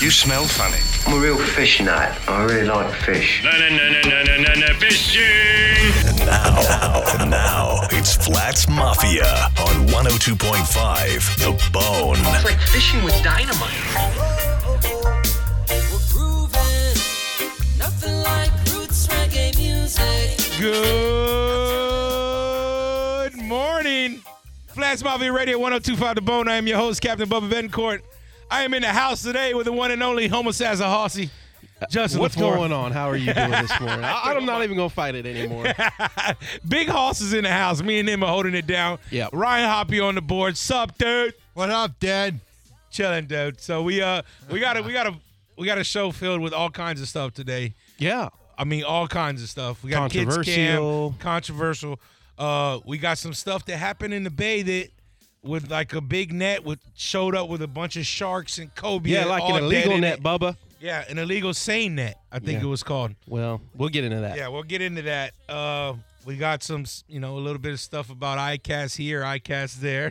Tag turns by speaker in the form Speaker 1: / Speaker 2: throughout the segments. Speaker 1: You smell funny.
Speaker 2: I'm a real fish nut. I really like fish.
Speaker 3: No, no, no, no, no, no, no, no, fishing!
Speaker 4: Now, now, now, it's Flats Mafia on 102.5 The Bone.
Speaker 5: It's like fishing with dynamite.
Speaker 6: Good morning. Flash Mafia Radio 1025 The Bone. I am your host, Captain Bubba Bencourt. I am in the house today with the one and only homeless as a horsey, Justin
Speaker 7: What's going on? How are you doing this morning? I, I'm not even gonna fight it anymore.
Speaker 6: on? Big Hoss is in the house. Me and him are holding it down.
Speaker 7: Yep.
Speaker 6: Ryan Hoppy on the board. Sup, dude?
Speaker 8: What up, Dad?
Speaker 6: Chilling, dude. So we uh we got a we got a we got a show filled with all kinds of stuff today.
Speaker 7: Yeah,
Speaker 6: I mean, all kinds of stuff. We got kids
Speaker 7: Controversial.
Speaker 6: camp, controversial. Uh, we got some stuff that happened in the bay that, with like a big net, with showed up with a bunch of sharks and Kobe.
Speaker 7: yeah, like
Speaker 6: all
Speaker 7: an
Speaker 6: dead
Speaker 7: illegal
Speaker 6: in
Speaker 7: net,
Speaker 6: it.
Speaker 7: Bubba.
Speaker 6: Yeah, an illegal sane net. I think
Speaker 7: Yeah.
Speaker 6: it was called.
Speaker 7: Well, we'll get into that.
Speaker 6: Yeah, we'll get into that. Uh, we got some, s- you know, a little bit of stuff about ICAST here, ICAST there,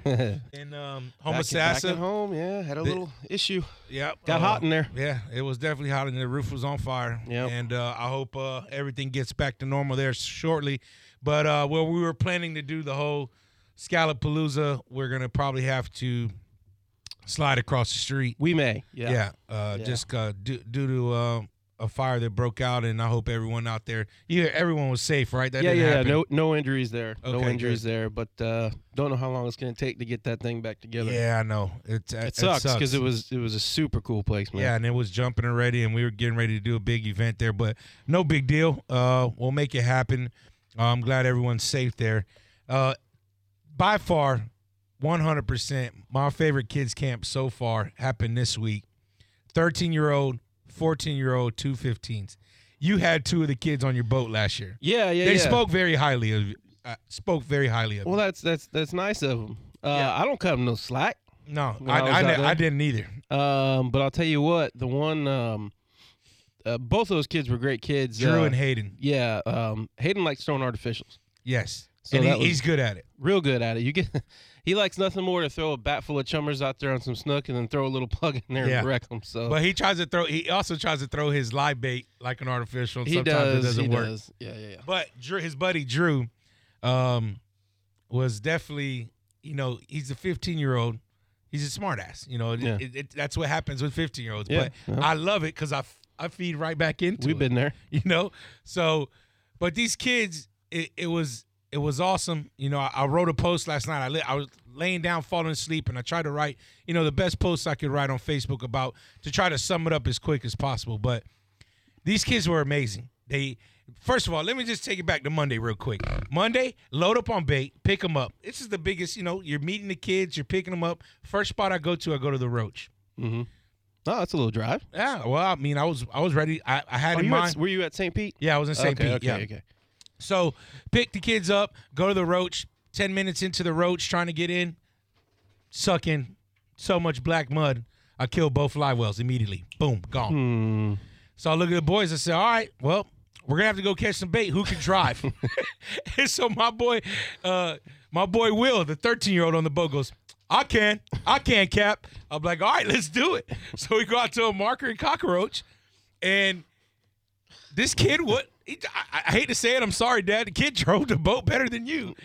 Speaker 6: and um, Homo
Speaker 7: Back, at- back at
Speaker 6: Sassa.
Speaker 7: home, yeah, had a little issue.
Speaker 6: Yep,
Speaker 7: Got
Speaker 6: uh,
Speaker 7: hot in there.
Speaker 6: Yeah, it was definitely hot, and the roof was on fire.
Speaker 7: Yep.
Speaker 6: and uh, I hope uh, everything gets back to normal there shortly. But uh, well, we were planning to do the whole Scalapalooza. We're gonna probably have to slide across the street.
Speaker 7: We may. Yeah.
Speaker 6: Yeah, uh,
Speaker 7: Yeah.
Speaker 6: just uh, due, due to uh, a fire that broke out, and I hope everyone out there, yeah, everyone was safe, right? That
Speaker 7: yeah,
Speaker 6: didn't
Speaker 7: yeah, yeah.
Speaker 6: happen.
Speaker 7: No, no injuries there. no
Speaker 6: Okay,
Speaker 7: injuries there. But uh, don't know how long it's gonna take to get that thing back together.
Speaker 6: Yeah, I know. It, uh,
Speaker 7: it sucks because it, was it was a super cool place, man.
Speaker 6: Yeah, and it was jumping already, and we were getting ready to do a big event there, but no big deal. Uh, we'll make it happen. Uh, I'm glad everyone's safe there. Uh, by far, 100%, my favorite kids' camp so far happened this week 13 year old, 14 year old, two 15s. You had two of the kids on your boat last year.
Speaker 7: yeah, yeah.
Speaker 6: they
Speaker 7: yeah.
Speaker 6: spoke very highly of you. Uh, spoke very highly of
Speaker 7: Well,
Speaker 6: you.
Speaker 7: that's that's that's nice of them. Uh, I don't cut them no slack.
Speaker 6: No,
Speaker 7: when
Speaker 6: I,
Speaker 7: I was
Speaker 6: I,
Speaker 7: out
Speaker 6: ne-
Speaker 7: there.
Speaker 6: I didn't either.
Speaker 7: Um, but I'll tell you what, the one, um, uh, both of those kids were great kids.
Speaker 6: Drew
Speaker 7: Uh,
Speaker 6: and Hayden.
Speaker 7: yeah, um, Hayden likes throwing artificials.
Speaker 6: Yes.
Speaker 7: So
Speaker 6: and he,
Speaker 7: that was-
Speaker 6: he's good at it.
Speaker 7: Real good at it. You get, he likes nothing more to throw a bat full of chummers out there on some snook and then throw a little plug in there
Speaker 6: Yeah.
Speaker 7: and wreck them. So
Speaker 6: But he tries to throw. He also tries to throw his live bait like an artificial.
Speaker 7: he
Speaker 6: Sometimes
Speaker 7: does.
Speaker 6: it doesn't
Speaker 7: he
Speaker 6: work.
Speaker 7: does. Yeah, yeah, yeah.
Speaker 6: But Drew, his buddy Drew, um, was definitely. You know, he's a 15 year old. He's a smartass. You know, it,
Speaker 7: Yeah.
Speaker 6: it, it- that's what happens with 15 year olds.
Speaker 7: Yeah,
Speaker 6: But
Speaker 7: yeah.
Speaker 6: I love it because I f- I feed right back into.
Speaker 7: We've
Speaker 6: it
Speaker 7: been there.
Speaker 6: you know so but these kids it, it was it was awesome you know I, I wrote a post last night I, li- I was laying down falling asleep and i tried to write you know the best posts i could write on facebook about to try to sum it up as quick as possible but these kids were amazing they first of all let me just take it back to monday real quick monday load up on bait pick them up this is the biggest you know you're meeting the kids you're picking them up first spot i go to i go to the roach
Speaker 7: Oh, that's a little drive.
Speaker 6: yeah well i mean i was i was ready i, I had
Speaker 7: Are
Speaker 6: in
Speaker 7: Oh, you at-
Speaker 6: mind
Speaker 7: were you at St. Pete?
Speaker 6: yeah i was in st
Speaker 7: okay,
Speaker 6: pete
Speaker 7: Okay,
Speaker 6: yeah
Speaker 7: okay.
Speaker 6: so pick the kids up, go to the roach. Ten minutes into the roach, trying to get in, sucking so much black mud, I kill both live wells immediately. Boom, gone. So I look at the boys. I say, "All right, well, we're gonna have to go catch some bait. Who can drive?" and so my boy, uh, my boy Will, the 13 year old on the boat, goes, "I can, I can, Cap." I'm like, "All right, let's do it." So we go out to a marker and cockroach, and this kid would. He, I, I hate to say it. I'm sorry, Dad. The kid drove the boat better than you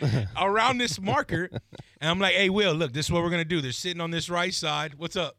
Speaker 6: around this marker, and I'm like, "Hey, Will, look, this is what we're gonna do. They're sitting on this right side. What's up?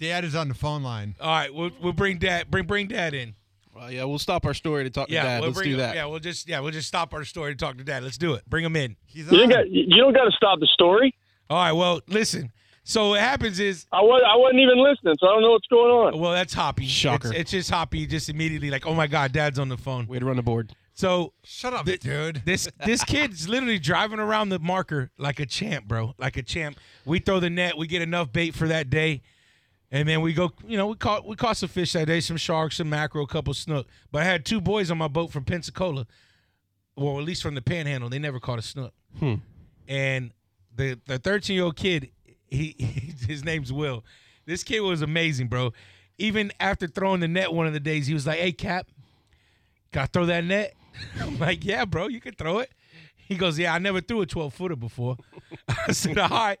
Speaker 8: Dad is on the phone line.
Speaker 6: All right, we'll, we'll bring Dad. Bring bring Dad in."
Speaker 7: Well, yeah, we'll stop our story to talk
Speaker 6: Yeah,
Speaker 7: to Dad.
Speaker 6: we'll
Speaker 7: Let's
Speaker 6: bring
Speaker 7: do that.
Speaker 6: Yeah, we'll just yeah, we'll just stop our story and talk to dad. Let's do it. Bring him in.
Speaker 8: He's
Speaker 9: You
Speaker 8: on.
Speaker 9: got you don't got to stop the story.
Speaker 6: All right. Well, listen. So what happens is,
Speaker 9: I was I wasn't even listening, so I don't know what's going on.
Speaker 6: well, that's Hoppy.
Speaker 7: Shocker.
Speaker 6: It's, it's just Hoppy. Just immediately like, oh my God, Dad's on the phone.
Speaker 7: Way to run the board.
Speaker 6: So
Speaker 8: Shut up,
Speaker 6: Th-
Speaker 8: dude.
Speaker 6: this this kid's literally driving around the marker like a champ, bro. Like a champ. We throw the net. We get enough bait for that day, and then we go. You know, we caught we caught some fish that day, some sharks, some mackerel, a couple snook. But I had two boys on my boat from Pensacola, well, at least from the Panhandle. They never caught a snook. And the the thirteen year old kid, he his name's Will. This kid was amazing, bro. Even after throwing the net one of the days, he was like, "Hey, Cap." Can I throw that net? I'm like, yeah, bro, you can throw it. He goes, yeah, I never threw a 12 footer before. I said, all right.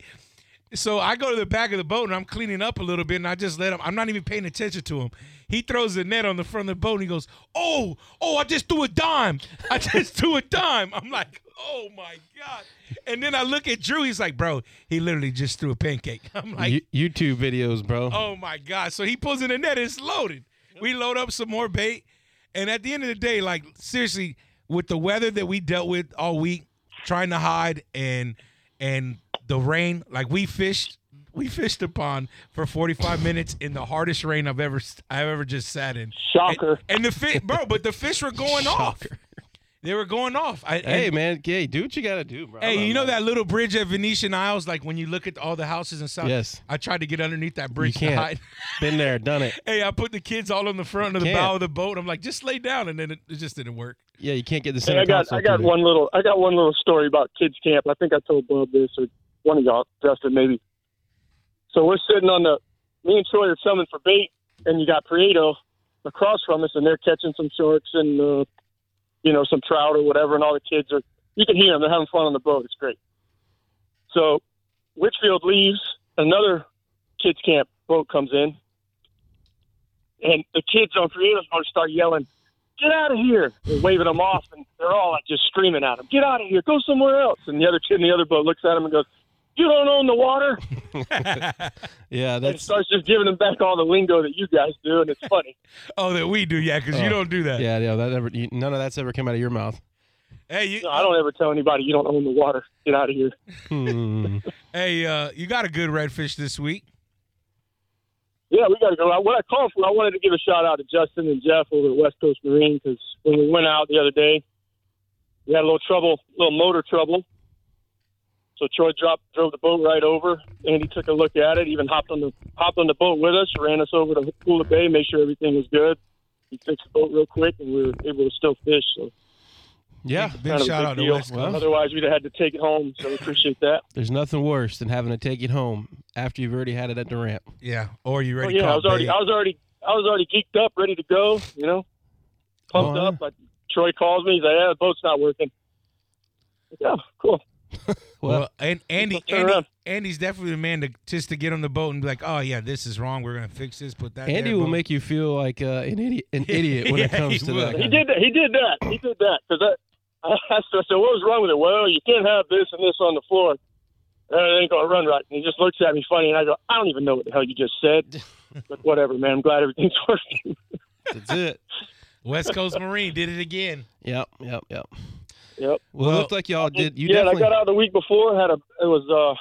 Speaker 6: So I go to the back of the boat and I'm cleaning up a little bit and I just let him. I'm not even paying attention to him. He throws the net on the front of the boat and he goes, "Oh, oh! I just threw a dime. I just threw a dime." I'm like, "Oh my god!" And then I look at Drew. He's like, "Bro, he literally just threw a pancake." I'm like,
Speaker 7: You- YouTube videos, bro.
Speaker 6: Oh my God. So he pulls in the net, it's loaded. We load up some more bait. And at the end of the day, like seriously, with the weather that we dealt with all week, trying to hide and and the rain, like we fished we fished a pond for 45 minutes in the hardest rain I've ever I've ever just sat in.
Speaker 9: Shocker.
Speaker 6: And, and the fish bro, but the fish were going off. They were going off. I,
Speaker 7: Hey
Speaker 6: and-
Speaker 7: man, hey, do what you gotta do, bro.
Speaker 6: Hey, you know
Speaker 7: that.
Speaker 6: that little bridge at Venetian Isles? Like when you look at all the houses and stuff.
Speaker 7: Yes.
Speaker 6: I tried to get underneath that bridge
Speaker 7: You can't.
Speaker 6: to hide.
Speaker 7: Been there, done it.
Speaker 6: Hey, I put the kids all on the front of the
Speaker 7: Can't.
Speaker 6: bow of the boat. I'm like, just lay down, and then it, it just didn't work.
Speaker 7: Yeah, you can't get the
Speaker 9: Hey,
Speaker 7: center
Speaker 9: I got
Speaker 7: console
Speaker 9: I got
Speaker 7: through
Speaker 9: one little I got one little story about kids camp. I think I told Bob this or one of y'all, Justin maybe. So we're sitting on the me and Troy are filming for bait, and you got Prieto across from us, and they're catching some sharks and uh, you know some trout or whatever, and all the kids are you can hear them they're having fun on the boat. It's great. So Whitfield leaves, another kids camp boat comes in, and the kids on Prieto's boat start yelling get out of here. They're waving them off, and they're all like just screaming at him, get out of here, go somewhere else. And the other kid in the other boat looks at him and goes, you don't own the water.
Speaker 7: it. Yeah,
Speaker 9: And
Speaker 7: that's
Speaker 9: starts just giving them back all the lingo that you guys do, and it's funny.
Speaker 6: Oh, that we do, yeah, because you
Speaker 7: Oh,
Speaker 6: don't do that.
Speaker 7: yeah, yeah. That never, you, none of that's ever come out of your mouth.
Speaker 6: Hey, you,
Speaker 9: No, I don't ever tell anybody you don't own the water. Get out of here.
Speaker 7: Hmm.
Speaker 6: hey, uh, you got a good redfish this week.
Speaker 9: Yeah, we got to go out. What I called for, I wanted to give a shout out to Justin and Jeff over at West Coast Marine because when we went out the other day, we had a little trouble, little motor trouble. So Troy dropped, drove the boat right over. Andy took a look at it, even hopped on the hopped on the boat with us, ran us over to Hula Bay, made sure everything was good. He fixed the boat real quick, and we were able to still fish. So
Speaker 7: yeah,
Speaker 6: Big
Speaker 9: kind of a
Speaker 6: shout
Speaker 9: big
Speaker 6: out to
Speaker 9: deal.
Speaker 6: West Coast.
Speaker 9: Otherwise, we'd have had to take it home. So we appreciate that.
Speaker 7: there's nothing worse than having to take it home after you've already had it at the ramp.
Speaker 6: Yeah, or you
Speaker 9: Oh,
Speaker 6: ready?
Speaker 9: yeah, I was already,
Speaker 6: bait.
Speaker 9: I was already, I was already geeked up, ready to go. You know, pumped
Speaker 7: Oh,
Speaker 9: up. But Troy calls me. He's like, "Yeah, the boat's not working." Yeah, cool.
Speaker 7: Well-
Speaker 6: well, and Andy,
Speaker 9: Turn
Speaker 6: Andy,
Speaker 9: around.
Speaker 6: Andy's definitely the man to just to get on the boat and be like, oh yeah, this is wrong. We're gonna fix this. Put that.
Speaker 7: Andy
Speaker 6: there,
Speaker 7: will
Speaker 6: boat."
Speaker 7: make you feel like uh, an idiot, an idiot when it
Speaker 6: Yeah,
Speaker 7: comes
Speaker 6: he
Speaker 7: to that.
Speaker 6: will.
Speaker 9: He
Speaker 7: kind of-
Speaker 9: did that. He did that. He did that because I, I said, so "What was wrong with it?" Well, you can't have this and this on the floor. Uh, It ain't gonna run right. And he just looks at me funny, and I go, "I don't even know what the hell you just said." But whatever, man. I'm glad everything's working.
Speaker 7: That's it.
Speaker 6: West Coast Marine did it again.
Speaker 7: Yep, yep, yep.
Speaker 9: Yep.
Speaker 7: Well,
Speaker 6: Well-
Speaker 7: it looked like y'all did. You
Speaker 9: yeah, and
Speaker 7: definitely.
Speaker 9: I got out the week before. Had a it was uh,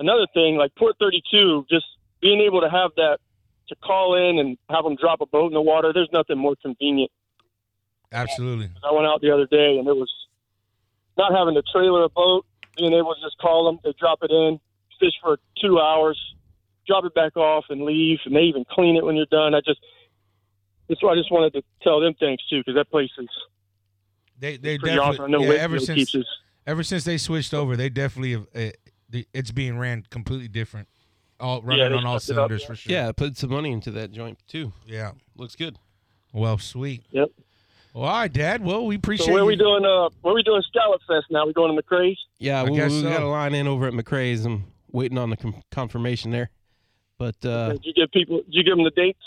Speaker 9: another thing like Port 32. Just being able to have that to call in and have them drop a boat in the water. There's nothing more convenient.
Speaker 6: Absolutely.
Speaker 9: I went out the other day and it was not having to trailer a boat, being able to just call them, they drop it in, fish for two hours, drop it back off and leave, and they even clean it when you're done. I just that's why I just wanted to tell them thanks too because that place is
Speaker 6: They they
Speaker 9: pretty
Speaker 6: definitely
Speaker 9: awesome. I know
Speaker 6: yeah,
Speaker 9: Wakefield
Speaker 6: ever since
Speaker 9: keeps us.
Speaker 6: ever since they switched over, they definitely have, uh, the- it's being ran completely different. All
Speaker 9: Yeah,
Speaker 6: running
Speaker 9: they
Speaker 6: on all
Speaker 9: stepped it up,
Speaker 6: cylinders
Speaker 9: yeah.
Speaker 6: for sure.
Speaker 7: yeah, put some money into that joint too.
Speaker 6: Yeah.
Speaker 7: Looks good.
Speaker 6: Well, sweet.
Speaker 9: Yep.
Speaker 6: Well, all right, Dad. Well, we appreciate.
Speaker 9: So where
Speaker 6: you.
Speaker 9: are we doing? Uh, where are we doing Scallop Fest now? We going to McCray's?
Speaker 7: Yeah,
Speaker 6: I
Speaker 7: we, we
Speaker 6: guess so.
Speaker 7: got a line in over at McCray's. I'm waiting on the com- confirmation there, but uh,
Speaker 9: Did you give people? Did you give them the dates?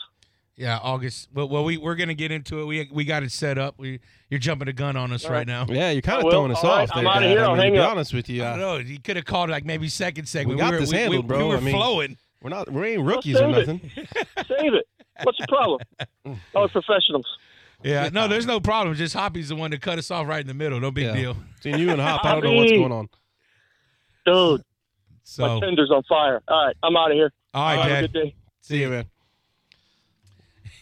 Speaker 6: Yeah, August. Well, well, we we're gonna get into it. We we got it set up. We you're jumping a gun on us
Speaker 9: All
Speaker 6: right,
Speaker 9: right.
Speaker 6: now.
Speaker 7: yeah, you're kind of
Speaker 9: Well,
Speaker 7: throwing us
Speaker 9: all right,
Speaker 7: off
Speaker 9: I'm
Speaker 7: there.
Speaker 9: outta
Speaker 7: Dad.
Speaker 9: here.
Speaker 7: I
Speaker 9: I'll
Speaker 7: mean, to
Speaker 9: hang
Speaker 7: be
Speaker 9: up.
Speaker 7: honest with you,
Speaker 6: I don't
Speaker 7: uh,
Speaker 6: know. You could have called like maybe second segment.
Speaker 7: got
Speaker 6: were,
Speaker 7: this
Speaker 6: we,
Speaker 7: handled,
Speaker 6: we,
Speaker 7: bro.
Speaker 6: We were
Speaker 7: I mean-
Speaker 6: flowing.
Speaker 7: we're not we ain't rookies or
Speaker 9: save it.
Speaker 7: nothing.
Speaker 9: Save it. What's the problem? Oh, it's professionals.
Speaker 6: Yeah. No, there's no problem. Just Hoppy's the one to cut us off right in the middle. No big
Speaker 7: Yeah.
Speaker 6: deal.
Speaker 7: Between you and Hop, I don't know what's
Speaker 9: Bobby.
Speaker 7: going on.
Speaker 9: Dude,
Speaker 6: So
Speaker 9: my
Speaker 6: all
Speaker 9: tender's on fire. All right, I'm out of here.
Speaker 6: right,
Speaker 9: Have a
Speaker 6: Dad.
Speaker 9: good day.
Speaker 7: See you, man.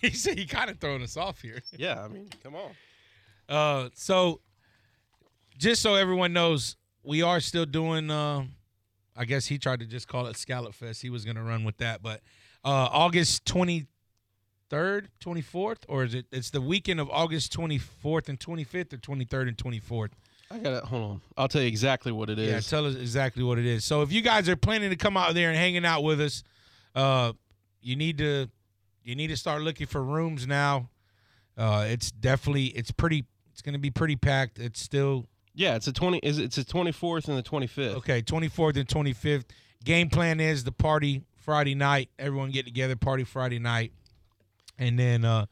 Speaker 6: He said he kind of throwing us off here.
Speaker 7: Yeah, I mean, come on.
Speaker 6: Uh, so just so everyone knows, we are still doing. Uh, I guess he tried to just call it Scallop Fest. He was gonna run with that, but uh, August twenty third, twenty fourth, or is it? It's the weekend of August twenty fourth and twenty fifth, or twenty third and twenty fourth.
Speaker 7: I got to hold on. I'll tell you exactly what it is.
Speaker 6: Yeah, tell us exactly what it is. So if you guys are planning to come out there and hanging out with us, uh, you need to you need to start looking for rooms now. Uh, it's definitely it's pretty it's gonna be pretty packed. It's still
Speaker 7: yeah, it's a twenty. Is it's a twenty fourth and the twenty fifth.
Speaker 6: Okay, 24th and 25th. Game plan is the party Friday night. Everyone get together, party Friday night, and then uh,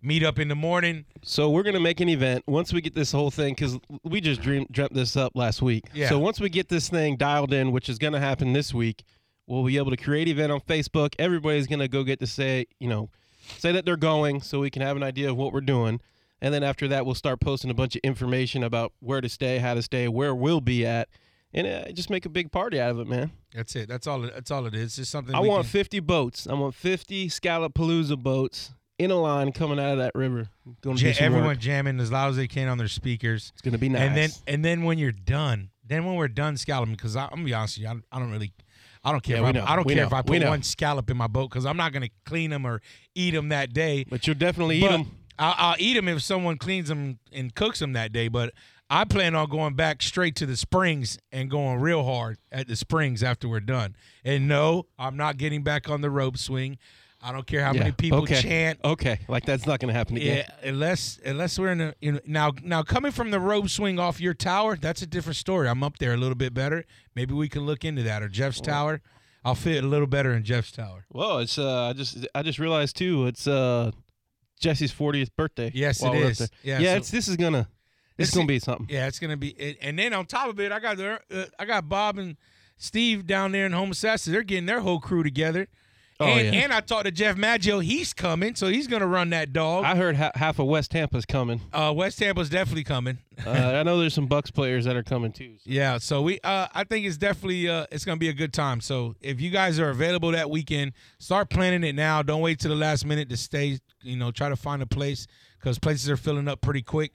Speaker 6: meet up in the morning.
Speaker 7: So we're gonna make an event once we get this whole thing because we just dream dreamt this up last week.
Speaker 6: Yeah.
Speaker 7: So once we get this thing dialed in, which is gonna happen this week, we'll be able to create an event on Facebook. Everybody's gonna go get to say, you know, say that they're going, so we can have an idea of what we're doing. And then after that, we'll start posting a bunch of information about where to stay, how to stay, where we'll be at, and uh, just make a big party out of it, man.
Speaker 6: That's it. That's all. it- That's all it is. It's just something.
Speaker 7: I
Speaker 6: we
Speaker 7: want
Speaker 6: can-
Speaker 7: 50 boats. I want 50 Scallopalooza boats in a line coming out of that river. Gonna do
Speaker 6: Ja-
Speaker 7: some
Speaker 6: everyone
Speaker 7: work.
Speaker 6: jamming as loud as they can on their speakers.
Speaker 7: It's gonna be nice.
Speaker 6: And then and then when you're done, then when we're done scalloping, because I'm gonna be honest with you, I, don't- I don't really, I don't care.
Speaker 7: Yeah,
Speaker 6: if
Speaker 7: we
Speaker 6: I,
Speaker 7: know.
Speaker 6: I don't
Speaker 7: We
Speaker 6: care
Speaker 7: know.
Speaker 6: if I
Speaker 7: We
Speaker 6: put
Speaker 7: know.
Speaker 6: one scallop in my boat because I'm not gonna clean them or eat them that day.
Speaker 7: But you'll definitely eat
Speaker 6: But
Speaker 7: them.
Speaker 6: I'll, I'll eat them if someone cleans them and cooks them that day. But I plan on going back straight to the springs and going real hard at the springs after we're done. And no, I'm not getting back on the rope swing. I don't care how many people
Speaker 7: okay. Oh,
Speaker 6: chant.
Speaker 7: Okay, like that's not going to happen again.
Speaker 6: Yeah, unless unless we're in a in, now now coming from the rope swing off your tower, that's a different story. I'm up there a little bit better. Maybe we can look into that or Jeff's tower. I'll fit a little better in Jeff's tower.
Speaker 7: Well, it's uh, I just I just realized too. It's uh, Jesse's 40th birthday.
Speaker 6: Yes,
Speaker 7: while
Speaker 6: it
Speaker 7: we're up
Speaker 6: is.
Speaker 7: there.
Speaker 6: Yeah,
Speaker 7: Yeah,
Speaker 6: so-
Speaker 7: it's, this is gonna
Speaker 6: This
Speaker 7: this is gonna
Speaker 6: i-
Speaker 7: be something.
Speaker 6: Yeah, it's gonna be. It, and then on top of it, I got the uh, I got Bob and Steve down there in Homosassa. They're getting their whole crew together.
Speaker 7: Oh,
Speaker 6: and,
Speaker 7: yeah.
Speaker 6: and I talked to Jeff Maggio. He's coming, so he's gonna run that dog.
Speaker 7: I heard ha- half of West Tampa's coming.
Speaker 6: uh, West Tampa's definitely coming.
Speaker 7: Uh, I know there's some Bucks players that are coming too. so-
Speaker 6: Yeah, so we uh I think it's definitely uh it's gonna be a good time. So if you guys are available that weekend, start planning it now. Don't wait till the last minute to stay. You know, try to find a place because places are filling up pretty quick.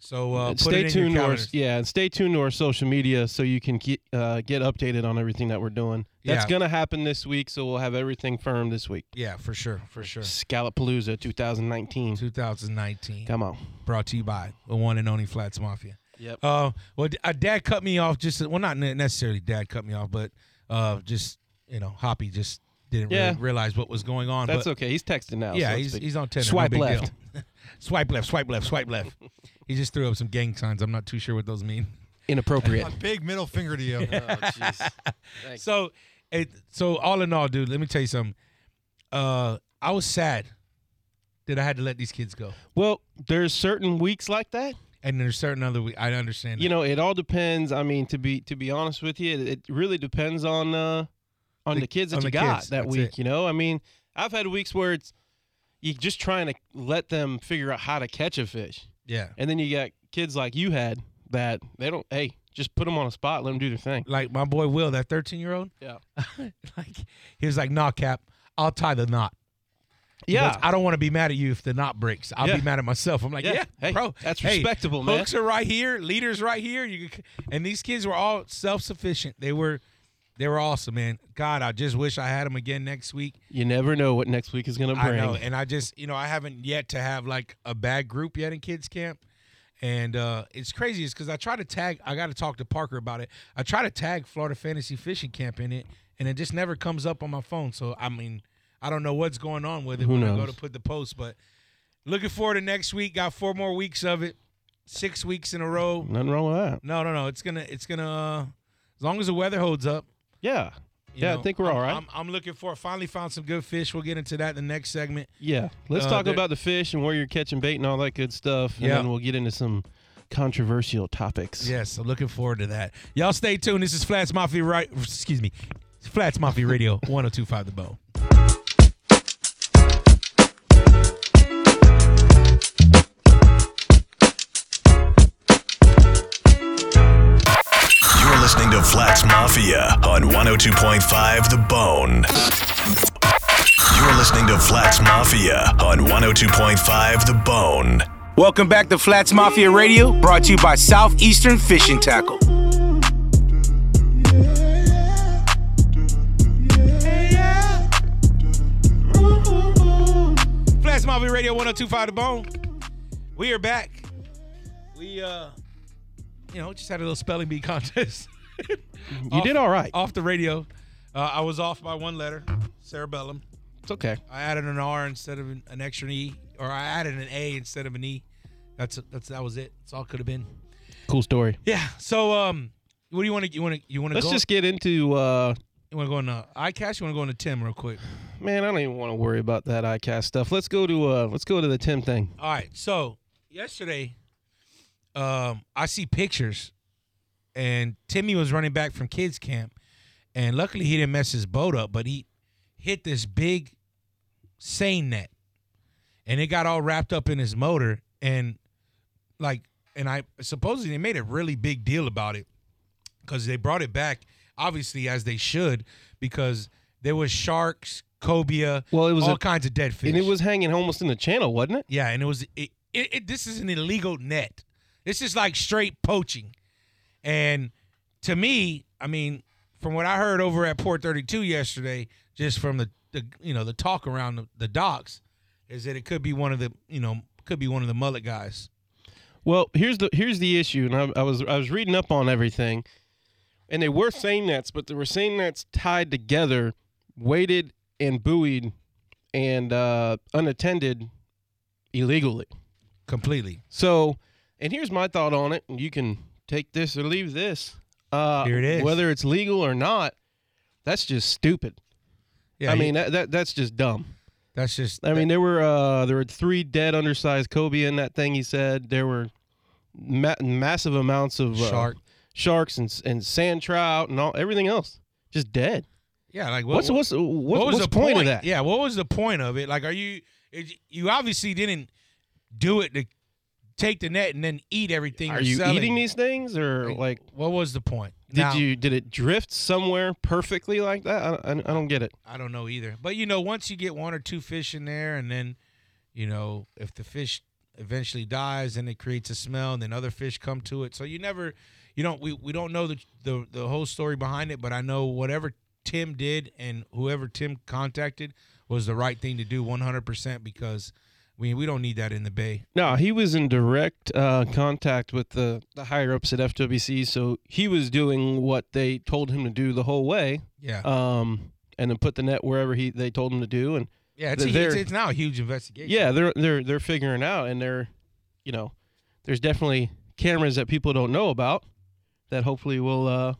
Speaker 6: So uh,
Speaker 7: And
Speaker 6: put
Speaker 7: stay
Speaker 6: it in
Speaker 7: tuned
Speaker 6: your
Speaker 7: to our
Speaker 6: calendars.
Speaker 7: yeah, and stay tuned to our social media so you can get uh, get updated on everything that we're doing. That's
Speaker 6: Yeah.
Speaker 7: gonna happen this week, so we'll have everything firm this week.
Speaker 6: Yeah, for sure, for sure.
Speaker 7: Scallopalooza 2019.
Speaker 6: 2019.
Speaker 7: Come on.
Speaker 6: brought to you by the one and only Flats Mafia.
Speaker 7: Yep.
Speaker 6: Uh, well, d- uh, Dad cut me off. Just well, not ne- necessarily Dad cut me off, but uh, just you know, Hoppy just didn't
Speaker 7: Yeah.
Speaker 6: really realize what was going on.
Speaker 7: That's
Speaker 6: but,
Speaker 7: okay. He's texting now.
Speaker 6: yeah,
Speaker 7: so it's
Speaker 6: he's,
Speaker 7: big-
Speaker 6: he's on Tinder. no
Speaker 7: Swipe
Speaker 6: big deal.
Speaker 7: left.
Speaker 6: swipe left. Swipe left. Swipe left. he just threw up some gang signs. I'm not too sure what those mean.
Speaker 7: Inappropriate.
Speaker 8: A big middle finger to you.
Speaker 7: Oh,
Speaker 6: So, it, so all in all, dude, let me tell you something. Uh, I was sad that I had to let these kids go,
Speaker 7: Well, there's certain weeks like that.
Speaker 6: and there's certain other. We- I understand.
Speaker 7: You
Speaker 6: that.
Speaker 7: know, it all depends. I mean, to be to be honest with you, it, it really depends on uh on
Speaker 6: The-
Speaker 7: the, kids that
Speaker 6: on
Speaker 7: you
Speaker 6: the
Speaker 7: got
Speaker 6: kids,
Speaker 7: that
Speaker 6: that's
Speaker 7: week.
Speaker 6: it.
Speaker 7: You know, I mean, I've had weeks where it's you just trying to let them figure out how to catch a fish,
Speaker 6: yeah.
Speaker 7: and then you got kids like you had that they don't. Hey, just put them on a spot, let them do their thing.
Speaker 6: like my boy Will, that 13 year old.
Speaker 7: Yeah.
Speaker 6: like he was like, "Nah, Cap, I'll tie the knot." He
Speaker 7: Yeah,
Speaker 6: goes, I don't want to be mad at you if the knot breaks. I'll
Speaker 7: Yeah.
Speaker 6: be mad at myself. I'm like, yeah,
Speaker 7: Yeah. Hey,
Speaker 6: bro,
Speaker 7: that's
Speaker 6: hey,
Speaker 7: respectable, man."
Speaker 6: Hooks are right here, leaders right here. You can, and these kids were all self sufficient. They were, they were awesome, man. God, I just wish I had them again next week.
Speaker 7: you never know what next week is gonna bring.
Speaker 6: I know, and I just you know I haven't yet to have like a bad group yet in kids camp, and uh it's crazy. It's because I try to tag. I got to talk to Parker about it. I try to tag Florida Fantasy Fishing Camp in it, and it just never comes up on my phone. So I mean, I don't know what's going on with it
Speaker 7: Who
Speaker 6: when I go
Speaker 7: knows?
Speaker 6: to put the post, but looking forward to next week. Got four more weeks of it, six weeks in a row.
Speaker 7: Nothing wrong with that.
Speaker 6: No, no, no. It's gonna, it's gonna. Uh, as long as the weather holds up,
Speaker 7: Yeah,
Speaker 6: you
Speaker 7: yeah.
Speaker 6: know,
Speaker 7: I think we're
Speaker 6: I'm-
Speaker 7: all right.
Speaker 6: I'm, I'm looking for. Finally found some good fish. We'll get into that in the next segment.
Speaker 7: Yeah, let's
Speaker 6: Uh,
Speaker 7: talk
Speaker 6: there-
Speaker 7: about the fish and where you're catching bait and all that good stuff, and
Speaker 6: Yeah.
Speaker 7: then we'll get into some controversial topics.
Speaker 6: Yes, I'm looking forward to that. Y'all stay tuned. This is Flats Mafia right excuse me. Flats Mafia Radio 1025 the Bow.
Speaker 4: You're listening to Flats Mafia on 102.5 The Bone. You're listening to Flats Mafia on 102.5 The Bone.
Speaker 1: Welcome back to Flats Mafia Radio, brought to you by Southeastern Fishing Tackle.
Speaker 6: Flats Mafia Radio 1025 the Bone. We are back. We uh you know, just had a little spelling bee contest.
Speaker 7: you did all right.
Speaker 6: Off the radio. Uh, I was off by one letter, cerebellum.
Speaker 7: It's okay.
Speaker 6: I added an R instead of an, an extra E, or I added an A instead of an E. That's that's that was it. That's all it could have been.
Speaker 7: Cool story.
Speaker 6: Yeah. So um, what do you want to you want to you want to
Speaker 7: Let's
Speaker 6: go?
Speaker 7: just get into uh,
Speaker 6: You want to go on the iCash? You want to go on the Tim real quick?
Speaker 7: Man, I don't even want to worry about that ICAST stuff. Let's go to uh let's go to the Tim thing.
Speaker 6: All right. So yesterday, um, I see pictures, and Timmy was running back from kids camp, and luckily he didn't mess his boat up, but he hit this big seine net, and it got all wrapped up in his motor, and like, and I supposedly they made a really big deal about it because they brought it back, obviously as they should, because there was sharks, cobia,
Speaker 7: Well, it was
Speaker 6: all
Speaker 7: a-
Speaker 6: kinds of dead fish,
Speaker 7: And it was hanging almost in the channel, wasn't it?
Speaker 6: yeah, and it was it, it, it. This is an illegal net. This is like straight poaching. And to me, I mean, from what I heard over at Port 32 yesterday, just from the, the you know the talk around the, the docks, is that it could be one of the you know could be one of the mullet guys.
Speaker 7: Well, here's the here's the issue, and I, I was I was reading up on everything, and they were seine nets, but they were seine nets tied together, weighted and buoyed, and uh, unattended, illegally.
Speaker 6: Completely.
Speaker 7: So, and here's my thought on it. and You can take this or leave this. Uh,
Speaker 6: Here it is.
Speaker 7: Whether it's legal or not, that's just stupid.
Speaker 6: Yeah,
Speaker 7: I
Speaker 6: you-
Speaker 7: mean, that, that that's just dumb.
Speaker 6: that's just.
Speaker 7: I mean, there were uh, there were three dead undersized cobia in that thing. He said there were ma- massive amounts of uh,
Speaker 6: Shark.
Speaker 7: sharks, and and sand trout, and all everything else, just dead.
Speaker 6: yeah, like what,
Speaker 7: What's what's what,
Speaker 6: what was
Speaker 7: what's
Speaker 6: the
Speaker 7: point, of that?
Speaker 6: Yeah, what was the point of it? Like, are you it- you obviously didn't do it to take the net and then eat everything?
Speaker 7: Are
Speaker 6: you're
Speaker 7: you
Speaker 6: selling.
Speaker 7: eating these things, or like
Speaker 6: what was the point?
Speaker 7: did
Speaker 6: Now-
Speaker 7: you did it drift somewhere perfectly like that? I, I, I don't get it.
Speaker 6: I don't know either. But you know, once you get one or two fish in there, and then you know, if the fish eventually dies, then it creates a smell, and then other fish come to it. So you never, you don't. We we don't know the the the whole story behind it, but I know whatever Tim did and whoever Tim contacted was the right thing to do, one hundred percent, because. we we don't need that in the bay.
Speaker 7: No, he was in direct uh, contact with the, the higher ups at FWC, so he was doing what they told him to do the whole way.
Speaker 6: Yeah,
Speaker 7: um, and then put the net wherever he they told him to do. And
Speaker 6: yeah. It's, a,
Speaker 7: they're-
Speaker 6: it's, it's now a huge investigation.
Speaker 7: yeah, they're they're they're figuring out, and they're, you know, there's definitely cameras that people don't know about that hopefully will, uh,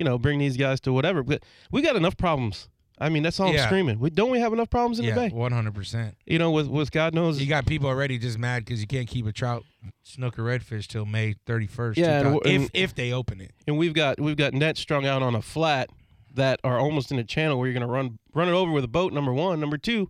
Speaker 7: you know, bring these guys to whatever. But we got enough problems. I mean, that's all
Speaker 6: Yeah.
Speaker 7: I'm screaming. We, don't we have enough problems in
Speaker 6: yeah,
Speaker 7: the bay?
Speaker 6: one hundred percent.
Speaker 7: You know, with with God knows.
Speaker 6: You got people already just mad because you can't keep a trout, snook, or redfish till May thirty first.
Speaker 7: Yeah, and w-
Speaker 6: if
Speaker 7: and-
Speaker 6: if they open it,
Speaker 7: and we've got we've got nets strung out on a flat that are almost in a channel where you're gonna run run it over with a boat. Number one, number two,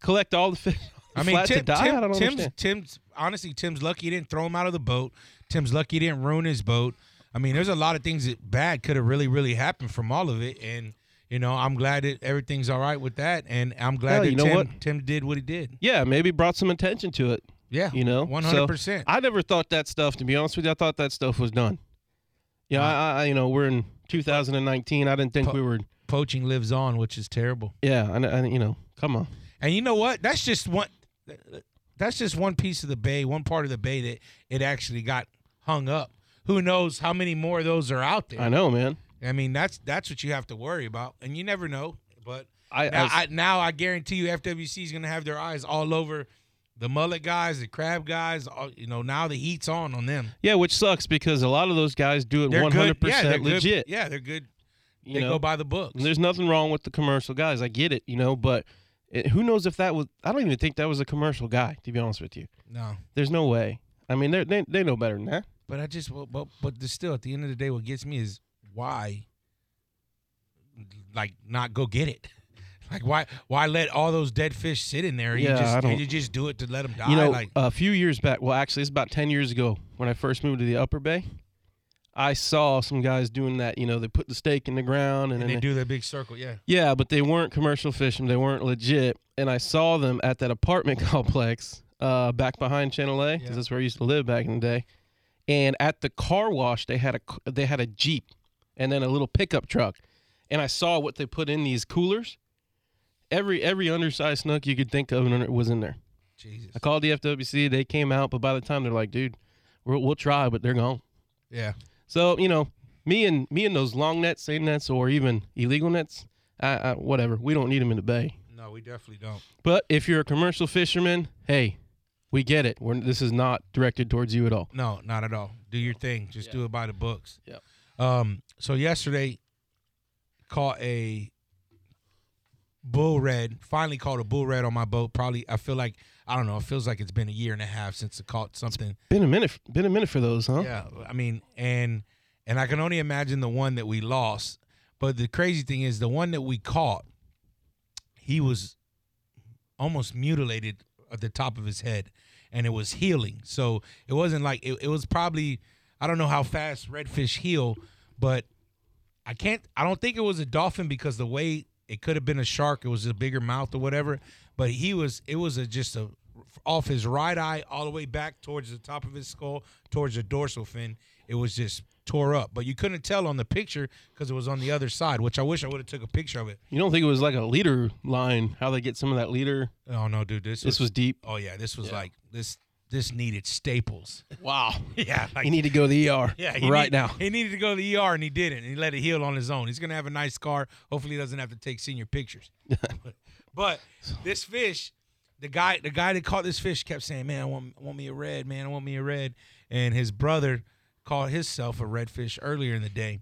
Speaker 7: collect all the fish.
Speaker 6: I mean,
Speaker 7: flat to
Speaker 6: Tim,
Speaker 7: die.
Speaker 6: Tim-
Speaker 7: I don't
Speaker 6: Tim's
Speaker 7: understand.
Speaker 6: Tim's honestly, Tim's lucky he didn't throw him out of the boat. Tim's lucky he didn't ruin his boat. I mean, there's a lot of things that bad could have really, really happened from all of it, and you know, I'm glad that everything's all right with that, and I'm glad
Speaker 7: Hell,
Speaker 6: that
Speaker 7: you know
Speaker 6: Tim,
Speaker 7: what?
Speaker 6: Tim did what he did.
Speaker 7: Yeah, maybe brought some attention to it.
Speaker 6: Yeah,
Speaker 7: you know,
Speaker 6: one
Speaker 7: So,
Speaker 6: hundred percent.
Speaker 7: I never thought that stuff. To be honest with you, I thought that stuff was done. Yeah, I, I, you know, we're in 2019. I didn't think
Speaker 6: Po-
Speaker 7: we were.
Speaker 6: Poaching lives on, which is terrible.
Speaker 7: Yeah, I, I, you know, come on.
Speaker 6: And you know what? That's just one. That's just one piece of the bay, one part of the bay that it actually got hung up. Who knows how many more of those are out there?
Speaker 7: I know, man.
Speaker 6: I mean, that's that's what you have to worry about, and you never know. But
Speaker 7: I,
Speaker 6: now,
Speaker 7: I,
Speaker 6: I, now I guarantee you, FWC is going to have their eyes all over the mullet guys, the crab guys. All, you know, now the heat's on on them.
Speaker 7: yeah, which sucks because a lot of those guys do it
Speaker 6: They're
Speaker 7: 100
Speaker 6: good. Yeah, they're
Speaker 7: percent
Speaker 6: good.
Speaker 7: legit.
Speaker 6: Yeah, they're good.
Speaker 7: you
Speaker 6: they
Speaker 7: know?
Speaker 6: go by the books.
Speaker 7: And there's nothing wrong with the commercial guys. I get it, you know, but it, who knows if that was? I don't even think that was a commercial guy. To be honest with you,
Speaker 6: no,
Speaker 7: there's no way. I mean, they're- they they know better than that.
Speaker 6: but I just well, but but there's still at the end of the day, what gets me is why, like, not go get it. Like why? Why let all those dead fish sit in there?
Speaker 7: Yeah,
Speaker 6: you just
Speaker 7: I don't-
Speaker 6: you just do it to let them die.
Speaker 7: You know,
Speaker 6: like
Speaker 7: a few years back, well, actually, it's about 10 years ago when I first moved to the Upper Bay. I saw some guys doing that. You know, they put the stake in the ground and,
Speaker 6: and
Speaker 7: then
Speaker 6: they do that big circle. Yeah,
Speaker 7: Yeah, but they weren't commercial fishing. They weren't legit. And I saw them at that apartment complex uh, back behind Channel A, 'cause
Speaker 6: Yeah.
Speaker 7: that's where I used to live back in the day. And at the car wash, they had a c- they had a jeep and then a little pickup truck. And I saw what they put in these coolers. Every every undersized snook you could think of in- was in there.
Speaker 6: Jesus.
Speaker 7: I called the FWC. They came out, but by the time they're like, dude, we'll, we'll try, but they're gone.
Speaker 6: Yeah,
Speaker 7: So you know, me and me and those long nets, same nets, or even illegal nets, I, I, whatever. We don't need them in the bay.
Speaker 6: no, we definitely don't.
Speaker 7: But if you're a commercial fisherman, hey, we get it. We're, this is not directed towards you at all.
Speaker 6: No, not at all. Do your thing. Just do it by the books.
Speaker 7: Yep.
Speaker 6: Um. So yesterday, caught a bull red. Finally caught a bull red on my boat. Probably I feel like I don't know. It feels like it's been a year and a half since I caught something.
Speaker 7: Been a minute. Been a minute for those, huh?
Speaker 6: Yeah, I mean, and and I can only imagine the one that we lost. But the crazy thing is, the one that we caught, he was almost mutilated at the top of his head, and it was healing. So it wasn't like it, it was probably I don't know how fast redfish heal, but I can't. I don't think it was a dolphin because the way it could have been a shark. It was a bigger mouth or whatever. But he was. It was a, just a off his right eye all the way back towards the top of his skull, towards the dorsal fin. It was just tore up. But you couldn't tell on the picture because it was on the other side. Which I wish I would have took a picture of it.
Speaker 7: You don't think it was like a leader line? How they get some of that leader?
Speaker 6: Oh no, dude. This
Speaker 7: This was deep.
Speaker 6: Oh yeah, this was like this. This needed staples.
Speaker 7: Wow.
Speaker 6: yeah, like
Speaker 7: You need to go to the ER
Speaker 6: Yeah, he
Speaker 7: right
Speaker 6: need-
Speaker 7: now.
Speaker 6: He needed to go to the ER and he didn't. And he let it heal on his own. He's gonna have a nice scar. Hopefully, he doesn't have to take senior pictures. but this fish, the guy, the guy that caught this fish kept saying, "Man, I want, I want me a red. Man, I want me a red." And his brother caught himself a redfish earlier in the day.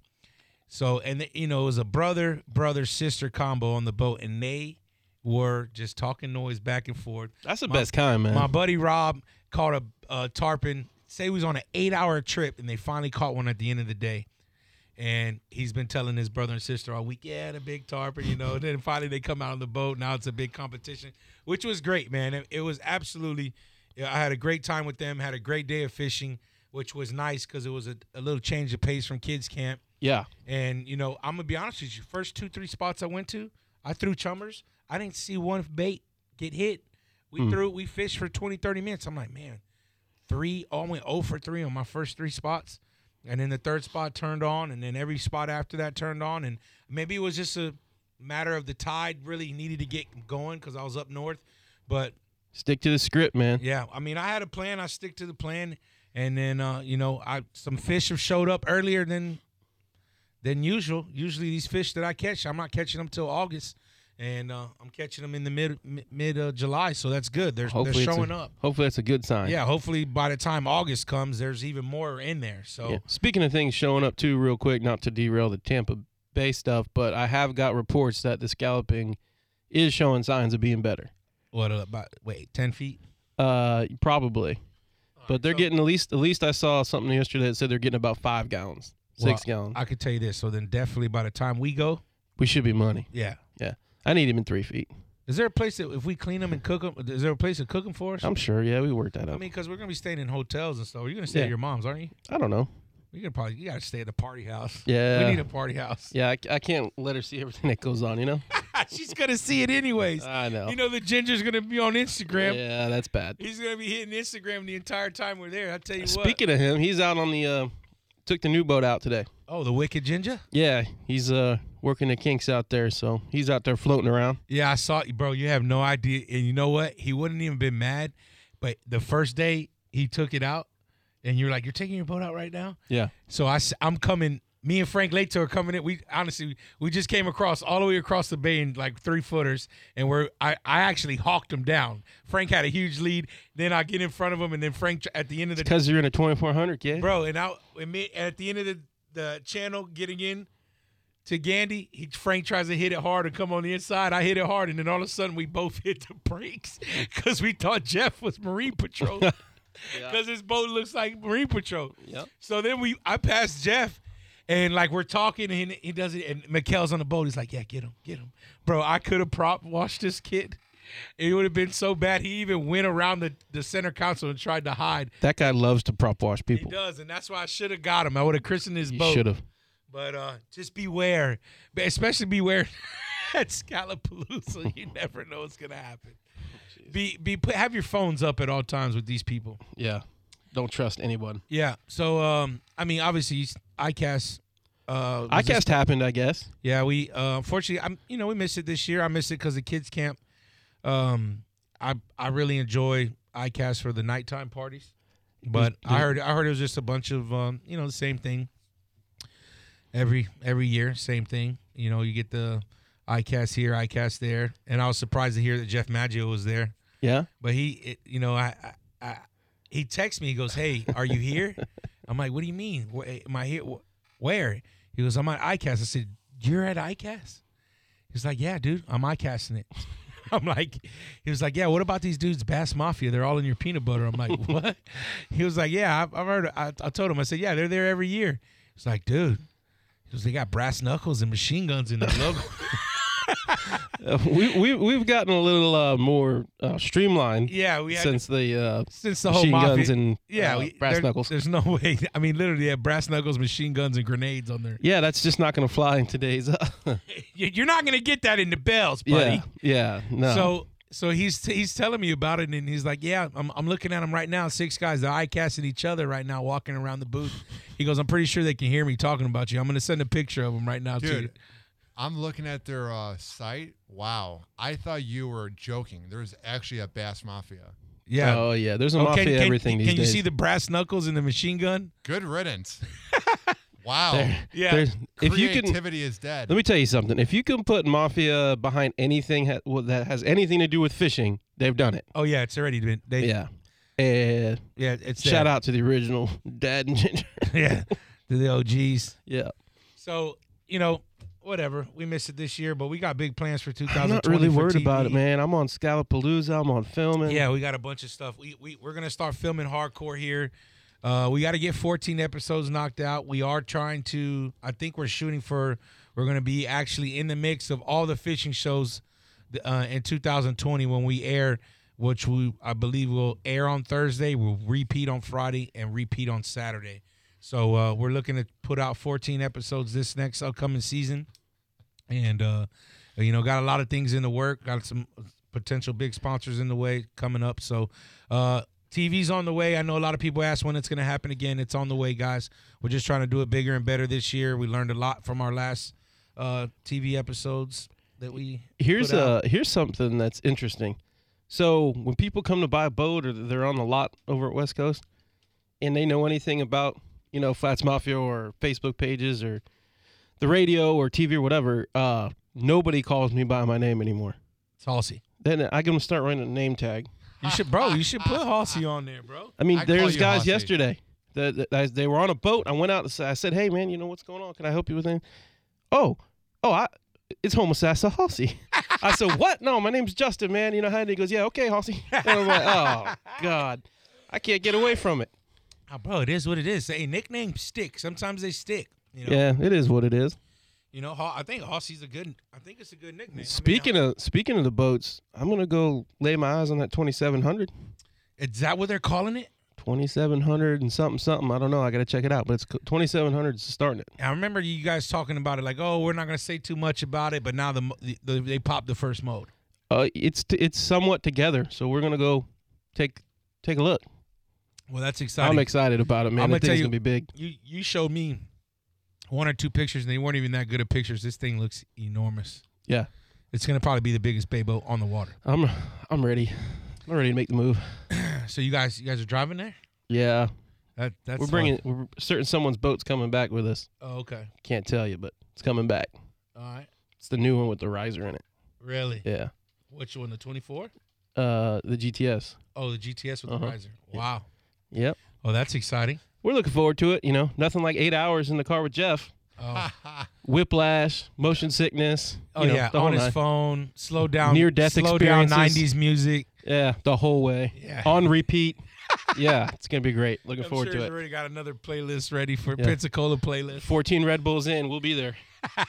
Speaker 6: So, and the, you know, it was a brother, brother, sister combo on the boat, and they were just talking noise back and forth.
Speaker 7: That's the
Speaker 6: My-
Speaker 7: best kind, man.
Speaker 6: my buddy Rob caught a, a tarpon. Say he was on an eight-hour trip, and they finally caught one at the end of the day. And he's been telling his brother and sister all week, "Yeah, the big tarpon," you know. then finally they come out on the boat. Now it's a big competition, which was great, man. It, it was absolutely. I had a great time with them. Had a great day of fishing, which was nice because it was a, a little change of pace from kids camp.
Speaker 7: yeah.
Speaker 6: And you know, I'm gonna be honest with you. First two, three spots I went to, I threw chummers. I didn't see one bait get hit. We threw, we fished for 20, 30 minutes. I'm like, man, three. oh, I went 0 for three on my first three spots, and then the third spot turned on, and then every spot after that turned on, and maybe it was just a matter of the tide really needed to get going because I was up north, but
Speaker 7: Stick to the script, man.
Speaker 6: yeah, I mean, I had a plan. I stick to the plan, and then uh, you know, I some fish have showed up earlier than than usual. Usually, these fish that I catch, I'm not catching them till August, and uh, I'm catching them in the mid mi- mid uh, July. So that's good. They're
Speaker 7: Hopefully
Speaker 6: they're
Speaker 7: it's a-
Speaker 6: showing up.
Speaker 7: Hopefully that's a good sign.
Speaker 6: Yeah, hopefully by the time August comes, there's even more in there. So
Speaker 7: Yeah. Oh, Speaking of things showing up too, real quick, not to derail the Tampa Bay stuff, but I have got reports that the scalloping is showing signs of being better.
Speaker 6: what uh, about wait ten feet?
Speaker 7: Uh, probably, but they're getting at least. At least I saw something yesterday that said they're getting about five gallons,
Speaker 6: Well,
Speaker 7: six gallons.
Speaker 6: I could tell you this. So then definitely by the time we go,
Speaker 7: we should be money.
Speaker 6: yeah.
Speaker 7: Yeah, I need him in three feet.
Speaker 6: Is there a place that if we clean them and cook them? Is there a place to cook them for us?
Speaker 7: I'm sure. Yeah, we worked that
Speaker 6: I
Speaker 7: out.
Speaker 6: mean, because we're gonna be staying in hotels and stuff. You're gonna stay at
Speaker 7: Yeah.
Speaker 6: your mom's, aren't you?
Speaker 7: I don't know.
Speaker 6: You could probably you gotta stay at the party house.
Speaker 7: Yeah.
Speaker 6: we need a party house. Ah,
Speaker 7: Yeah, I, I can't let her see everything that goes on. You know.
Speaker 6: She's gonna see it anyways.
Speaker 7: I know.
Speaker 6: You know the ginger's gonna be on Instagram.
Speaker 7: Yeah, that's bad.
Speaker 6: He's gonna be hitting Instagram the entire time we're there. I tell you what.
Speaker 7: Uh, Speaking of him, he's out on the. Uh, took the new boat out today.
Speaker 6: oh, the wicked ginger.
Speaker 7: Yeah, he's uh working the kinks out there, so he's out there floating around.
Speaker 6: Yeah, I saw you, bro. You have no idea. And you know what? He wouldn't even been mad, but the first day he took it out, and you're like, you're taking your boat out right now.
Speaker 7: Yeah.
Speaker 6: So I, am coming. Me and Frank Lato are coming in. We honestly, we just came across all the way across the bay in like three footers, and we're I, I actually hawked him down. Frank had a huge lead. Then I get in front of him, and then Frank tr- at the end of the
Speaker 7: Because you're in a 2400, yeah.
Speaker 6: bro, and I and me, at the end of the, the channel getting in to Gandy, he Frank tries to hit it hard and come on the inside. I hit it hard, and then all of a sudden we both hit the brakes because we thought Jeff was Marine Patrol because his boat looks like Marine Patrol.
Speaker 7: Yep.
Speaker 6: So then we I passed Jeff. And like we're talking, and he does it, and Mikkel's on the boat. He's like, "Yeah, get him, get him, bro." I could have prop washed this kid. It would have been so bad. He even went around the, the center console and tried to hide.
Speaker 7: That guy loves to prop wash
Speaker 6: He
Speaker 7: people.
Speaker 6: does, and that's why I should have got him. I would have christened his
Speaker 7: You
Speaker 6: boat.
Speaker 7: should have.
Speaker 6: But uh, just beware, But especially beware at Scalapalooza. You never know what's gonna happen.
Speaker 7: Oh,
Speaker 6: Be be put, have your phones up at all times with these people.
Speaker 7: Yeah. Don't trust anyone.
Speaker 6: Yeah. So um, I mean, obviously, ICAST. Uh, was a-
Speaker 7: ICAST happened, I guess.
Speaker 6: yeah, we uh, unfortunately, I'm you know we missed it this year. I missed it because the kids camp. Um, I I really enjoy ICAST for the nighttime parties, but I heard I heard it was just a bunch of um, you know the same thing. Every every year, same thing. You know, you get the ICAST here, ICAST there, and I was surprised to hear that Jeff Maggio was there.
Speaker 7: Yeah.
Speaker 6: But he, it, you know, I, I, I, he texts me. He goes, "Hey, are you here?" I'm like, "What do you mean? Wh- am I here? Wh- Where?" He goes, "I'm on ICAST." I said, you're at ICAST? He's like, yeah, dude, I'm ICASTing it. I'm like, he was like, yeah, what about these dudes, Bass Mafia? They're all in your peanut butter. I'm like, what? He was like, yeah, I've, I've heard. of- I, I told him, I said, yeah, they're there every year. He's like, dude, he was, they got brass knuckles and machine guns in their logo.
Speaker 7: Uh, we, we, we've gotten a little uh, more uh, streamlined
Speaker 6: yeah, we had
Speaker 7: since the uh,
Speaker 6: since the whole
Speaker 7: machine
Speaker 6: mafia,
Speaker 7: guns and
Speaker 6: yeah,
Speaker 7: uh,
Speaker 8: Oh,
Speaker 6: we-
Speaker 7: brass
Speaker 6: there-
Speaker 7: knuckles.
Speaker 6: There's no way. I mean, literally, they have brass knuckles, machine guns, and grenades on there.
Speaker 7: Yeah, that's just not going to fly in today's.
Speaker 6: You- You're not gonna get that in the bells, buddy.
Speaker 7: yeah, yeah, no.
Speaker 6: So so he's he's telling me about it, and he's like, "Yeah, I'm, I'm looking at him right now. Six guys, they're eye casting each other right now, walking around the booth." He goes, "I'm pretty sure they can hear me talking about you. I'm gonna send a picture of them right now to you."
Speaker 8: Dude, I'm looking at their uh, site. Wow. I thought you were joking. There's actually a Bass Mafia.
Speaker 6: Yeah.
Speaker 7: oh yeah, there's a
Speaker 6: Oh,
Speaker 7: mafia
Speaker 6: can, can-
Speaker 7: everything these
Speaker 6: can you
Speaker 7: days.
Speaker 6: see the brass knuckles and the machine gun?
Speaker 8: Good riddance. wow.
Speaker 6: Yeah.
Speaker 7: There's- if you can,
Speaker 8: Creativity is dead.
Speaker 7: let me tell you something. If you can put mafia behind anything ha- well, that has anything to do with fishing, they've done it.
Speaker 6: Oh yeah, it's already been. They, yeah.
Speaker 7: Yeah. And
Speaker 6: It's
Speaker 7: shout out to the original Dad and Ginger.
Speaker 6: yeah. To the OGs.
Speaker 7: yeah.
Speaker 6: So you know, whatever. We missed it this year, but we got big plans for 2020.
Speaker 7: I'm not really
Speaker 6: for
Speaker 7: worried
Speaker 6: TV.
Speaker 7: about it, man. I'm on Scalapalooza. I'm on filming.
Speaker 6: Yeah, we got a bunch of stuff. We, we we're gonna start filming hardcore here. Uh, we got to get 14 episodes knocked out. We are trying to. I think we're shooting for. We're gonna be actually in the mix of all the fishing shows uh, in 2020 when we air, which we I believe will air on Thursday. We'll repeat on Friday and repeat on Saturday. So uh, we're looking to put out 14 episodes this next upcoming season, and uh, you know got a lot of things in the work. Got some potential big sponsors in the way coming up. So uh, TV's on the way. I know a lot of people ask when it's going to happen again. It's on the way, guys. We're just trying to do it bigger and better this year. We learned a lot from our last uh, TV episodes that we
Speaker 7: Here's
Speaker 6: put out.
Speaker 7: uh here's something that's interesting. So when people come to buy a boat or they're on the lot over at West Coast, and they know anything about you know Flats Mafia or Facebook pages or the radio or TV or whatever, uh, nobody calls me by my name anymore.
Speaker 6: Halsey.
Speaker 7: Then I can start running a name tag.
Speaker 6: You should, bro. You should put Halsey on there, bro.
Speaker 7: I mean,
Speaker 8: I call
Speaker 7: there's
Speaker 8: you
Speaker 7: guys
Speaker 8: Hossie.
Speaker 7: yesterday that, that- that- they were on a boat. I went out. and sa- I said, "Hey, man, you know what's going on? Can I help you with anything?" Oh, oh, I, it's homosassa Hossy. I said, "What? No, my name's Justin, man. You know how?" And he goes, "Yeah, okay, Hossy." And I'm like, "Oh God, I can't get away from it."
Speaker 6: Ah, bro, it is what it is. Hey, nicknames stick. Sometimes they stick. You know,
Speaker 7: Yeah, it is what it is.
Speaker 6: you know. Hal- I think Halsey's a good. I think it's a good nickname. I mean,
Speaker 7: Speaking of speaking of the boats, I'm gonna go lay my eyes on that 2700.
Speaker 6: is that what they're calling it?
Speaker 7: 2700 and something something. I don't know. I gotta check it out, but it's 2700 is starting it.
Speaker 6: I remember you guys talking about it, like, oh, we're not gonna say too much about it, but now the, mo- the, the they popped the first mode.
Speaker 7: Uh, it's t- it's somewhat together, so we're gonna go take take a look.
Speaker 6: Well, that's exciting.
Speaker 7: I'm excited about it, man.
Speaker 6: I'm
Speaker 7: i
Speaker 6: gonna
Speaker 7: think
Speaker 6: tell
Speaker 7: it's
Speaker 6: you-
Speaker 7: gonna be big.
Speaker 6: you you showed me one or two pictures, and they weren't even that good of pictures. This thing looks enormous.
Speaker 7: Yeah,
Speaker 6: It's gonna probably be the biggest bay boat on the water.
Speaker 7: I'm I'm ready. I'm ready to make the move. Uh,
Speaker 6: So you guys, you guys are driving there.
Speaker 7: Yeah,
Speaker 6: That that's
Speaker 7: we're
Speaker 6: fun.
Speaker 7: bringing we're certain someone's boat's coming back with us.
Speaker 6: Oh, okay.
Speaker 7: Can't tell you, but it's coming back.
Speaker 6: All right.
Speaker 7: It's the new one with the riser in it.
Speaker 6: Really?
Speaker 7: Yeah,
Speaker 6: Which one? The twenty four?
Speaker 7: uh, the GTS.
Speaker 6: Oh, the GTS with
Speaker 7: Uh-huh.
Speaker 6: the riser. Wow.
Speaker 7: Yep,
Speaker 6: Oh, that's exciting.
Speaker 7: we're looking forward to it. You know, nothing like eight hours in the car with Jeff.
Speaker 6: Oh,
Speaker 7: Whiplash, motion sickness.
Speaker 6: oh
Speaker 7: you know,
Speaker 6: yeah,
Speaker 7: the whole
Speaker 6: on his
Speaker 7: nine.
Speaker 6: phone. Slow down.
Speaker 7: Near-death
Speaker 6: Slow
Speaker 7: experiences.
Speaker 6: down. Nineties music.
Speaker 7: Yeah, the whole way.
Speaker 6: Yeah.
Speaker 7: on repeat. yeah, it's gonna be great. Looking forward to it.
Speaker 6: already got another playlist ready for
Speaker 7: Yeah.
Speaker 6: Pensacola playlist.
Speaker 7: 14 Red Bulls in, we'll be there.
Speaker 8: you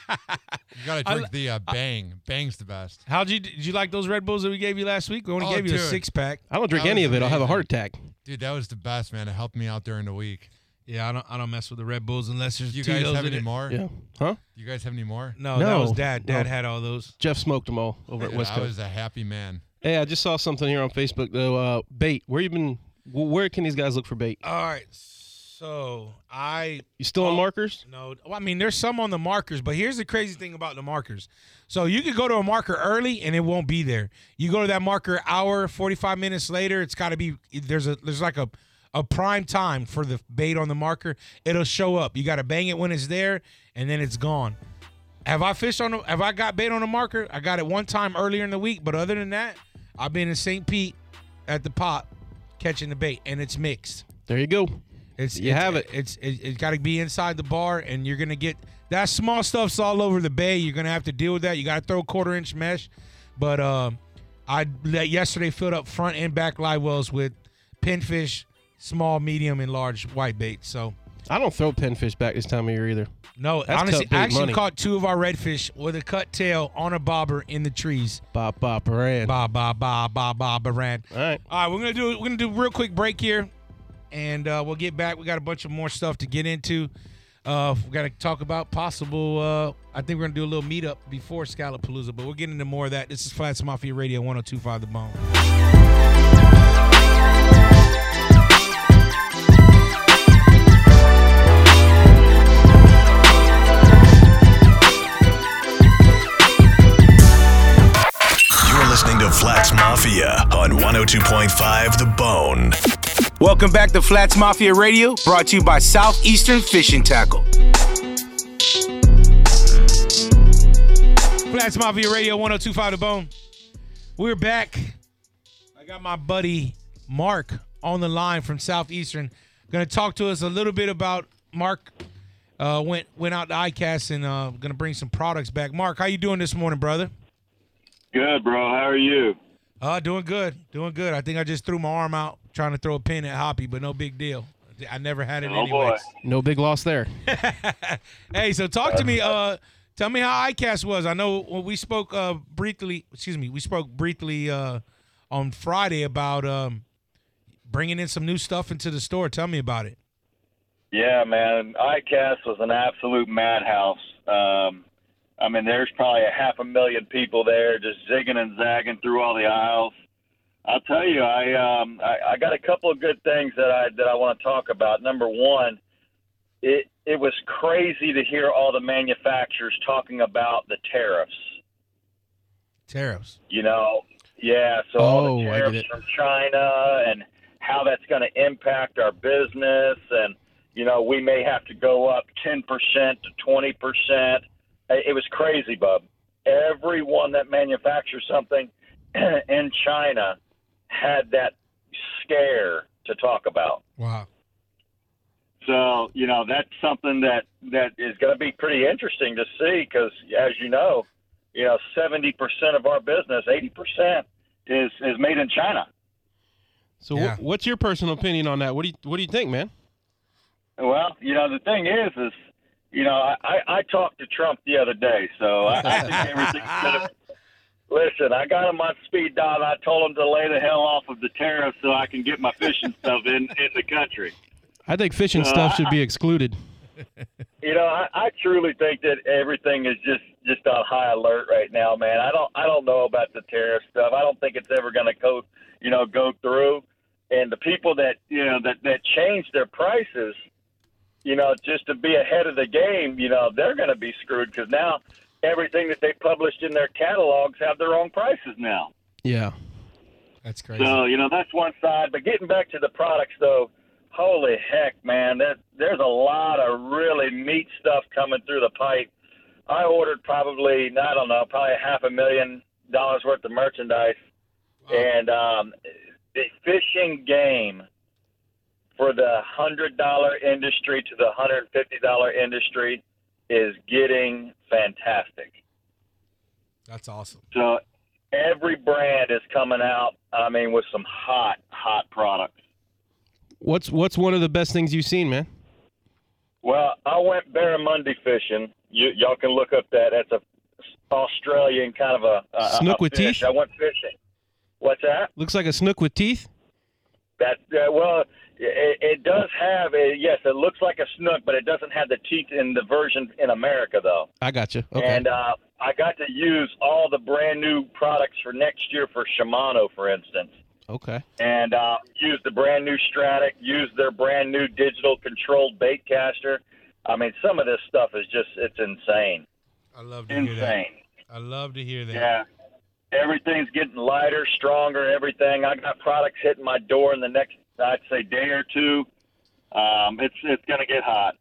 Speaker 8: got to
Speaker 6: I
Speaker 8: drink the uh, Bang. Bang's the best.
Speaker 6: How'd you did you like those Red Bulls that we gave you last week? We only
Speaker 8: Oh,
Speaker 6: gave you a
Speaker 8: dude.
Speaker 6: six pack.
Speaker 7: I don't drink
Speaker 8: That
Speaker 7: any
Speaker 8: was
Speaker 7: of it. I'll have a
Speaker 8: amazing.
Speaker 7: heart attack.
Speaker 8: Dude, that was the best, man. It helped me out during the week.
Speaker 6: Yeah, I don't I don't mess with the Red Bulls unless there's
Speaker 8: Do you guys
Speaker 6: Tito's
Speaker 8: have
Speaker 6: in
Speaker 8: any
Speaker 6: it.
Speaker 8: more?
Speaker 7: Yeah. Huh?
Speaker 8: You guys have any more?
Speaker 6: No, Oh. that
Speaker 7: No.
Speaker 6: was Dad. Dad
Speaker 7: No.
Speaker 6: had all those.
Speaker 7: Jeff smoked them all over at
Speaker 8: Dude,
Speaker 7: West
Speaker 8: I
Speaker 7: Coast.
Speaker 8: was a happy man.
Speaker 7: Hey, I just saw something here on Facebook though. Uh, bait. Where you been? wh- Where can these guys look for bait?
Speaker 6: All right, so I
Speaker 7: You still
Speaker 8: Oh.
Speaker 7: on markers?
Speaker 6: No, well, I mean, there's some on the markers, but here's the crazy thing about the markers. So you could go to a marker early and it won't be there. You go to that marker hour, 45 minutes later, it's got to be there's a there's like a a prime time for the bait on the marker. It'll show up. You got to bang it when it's there, and then it's gone. Have I fished on? A, have I got bait on a marker? I got it one time earlier in the week, but other than that, I've been in St. Pete at the pot catching the bait, and it's mixed.
Speaker 7: There you go.
Speaker 6: It's
Speaker 7: You
Speaker 6: it's-
Speaker 7: have it.
Speaker 6: It's it, it's got to be inside the bar, and you're gonna get that small stuff's all over the bay. You're gonna have to deal with that. You gotta throw quarter inch mesh, but uh, I let yesterday filled up front and back live wells with pinfish, small, medium, and large white bait. So
Speaker 10: I don't throw pinfish back this time of year either.
Speaker 6: no,
Speaker 10: That's
Speaker 6: honestly,
Speaker 10: cut big
Speaker 6: I actually
Speaker 10: money.
Speaker 6: caught two of our redfish with a cut tail on a bobber in the trees.
Speaker 10: Bop bop ran.
Speaker 6: Ba ba ba ba ba baran.
Speaker 10: All right.
Speaker 6: All right, we're gonna do we're gonna do a real quick break here, and uh, we'll get back. We got a bunch of more stuff to get into. Uh, we got to talk about possible. Uh, I think we're gonna do a little meetup before Scallopalooza, but we'll get into more of that. This is Flats Mafia Radio 102.5 The Bone.
Speaker 4: You're listening to Flats Mafia on 102.5 The Bone.
Speaker 1: Welcome back to Flats Mafia Radio, brought to you by Southeastern Fishing Tackle.
Speaker 6: Flats Mafia Radio 102.5 The Bone. We're back. I got my buddy Mark on the line from Southeastern. Gonna talk to us a little bit about Mark. Uh, went went out to ICAST and uh, gonna bring some products back. Mark, how you doing this morning, brother?
Speaker 7: Good, bro. How are you?
Speaker 6: Uh, doing good, doing good. I think I just threw my arm out trying to throw a pin at Hoppy, but no big deal. I never had it
Speaker 7: Oh, boy.
Speaker 6: anyways.
Speaker 10: No big loss there.
Speaker 6: Hey, so talk to me. Uh, tell me how ICAST was. I know when we spoke uh briefly. Excuse me, we spoke briefly uh on Friday about um bringing in some new stuff into the store. Tell me about it.
Speaker 7: Yeah, man. ICAST was an absolute madhouse. Um, I mean, there's probably a half a million people there just zigging and zagging through all the aisles. I'll tell you, I um, I, I got a couple of good things that I that I want to talk about. Number one, it it was crazy to hear all the manufacturers talking about the tariffs.
Speaker 6: Tariffs.
Speaker 7: you know yeah so all
Speaker 10: Oh,
Speaker 7: the
Speaker 10: I get
Speaker 7: tariffs
Speaker 10: it.
Speaker 7: from china and how that's going to impact our business and you know we may have to go up 10% to 20% it it was crazy bub everyone that manufactures something in china had that scare to talk about
Speaker 6: Wow.
Speaker 7: so you know that's something that that is going to be pretty interesting to see because, as you know, you know seventy percent of our business, eighty percent is is made in China.
Speaker 10: So
Speaker 6: Yeah.
Speaker 10: wh- what's your personal opinion on that? What do you What do you think, man?
Speaker 7: Well, you know the thing is, is you know I I, I talked to Trump the other day, so I, I think everything's gonna. Listen, I got him on speed dial. I told him to lay the hell off of the tariff so I can get my fishing stuff in in the country. Uh,
Speaker 10: I think fish and stuff should be excluded.
Speaker 7: You know, I, I truly think that everything is just just on high alert right now, man. I don't I don't know about the tariff stuff. I don't think it's ever going to go, you know, go through. And the people that you know that that change their prices, you know, just to be ahead of the game, you know, they're going to be screwed because now everything that they published in their catalogs have their own prices now.
Speaker 10: Yeah.
Speaker 6: That's crazy.
Speaker 7: So you know that's one side. But getting back to the products, though, holy heck, man, that there's a lot of really neat stuff coming through the pipe. I ordered probably I don't know, probably half a million dollars worth of merchandise, and um, the fishing game for the hundred dollar industry to the hundred fifty dollar industry is getting fantastic.
Speaker 6: That's awesome.
Speaker 7: So every brand is coming out. I mean, with some hot, hot products.
Speaker 10: What's What's one of the best things you've seen, man?
Speaker 7: Well, I went barramundi fishing. You, y'all can look up that. That's a Australian kind of a, a
Speaker 10: Snook
Speaker 7: a
Speaker 10: with
Speaker 7: fish.
Speaker 10: teeth?
Speaker 7: I went fishing. What's that?
Speaker 10: Looks like a snook with teeth.
Speaker 7: That uh, well, it, it does have. A, yes, it looks like a snook, but it doesn't have the teeth in the version in America though.
Speaker 10: I got you. Okay.
Speaker 7: And uh, I got to use all the brand new products for next year for Shimano, for instance.
Speaker 10: okay.
Speaker 7: and uh, use the brand new Stratic, use their brand new digital controlled bait caster. I mean, some of this stuff is just, it's insane.
Speaker 6: I love to hear that.
Speaker 7: Insane.
Speaker 6: I love to hear that.
Speaker 7: Yeah. Everything's getting lighter, stronger, everything. I got products hitting my door in the next, I'd say, day or two. Um, it's it's going to get hot.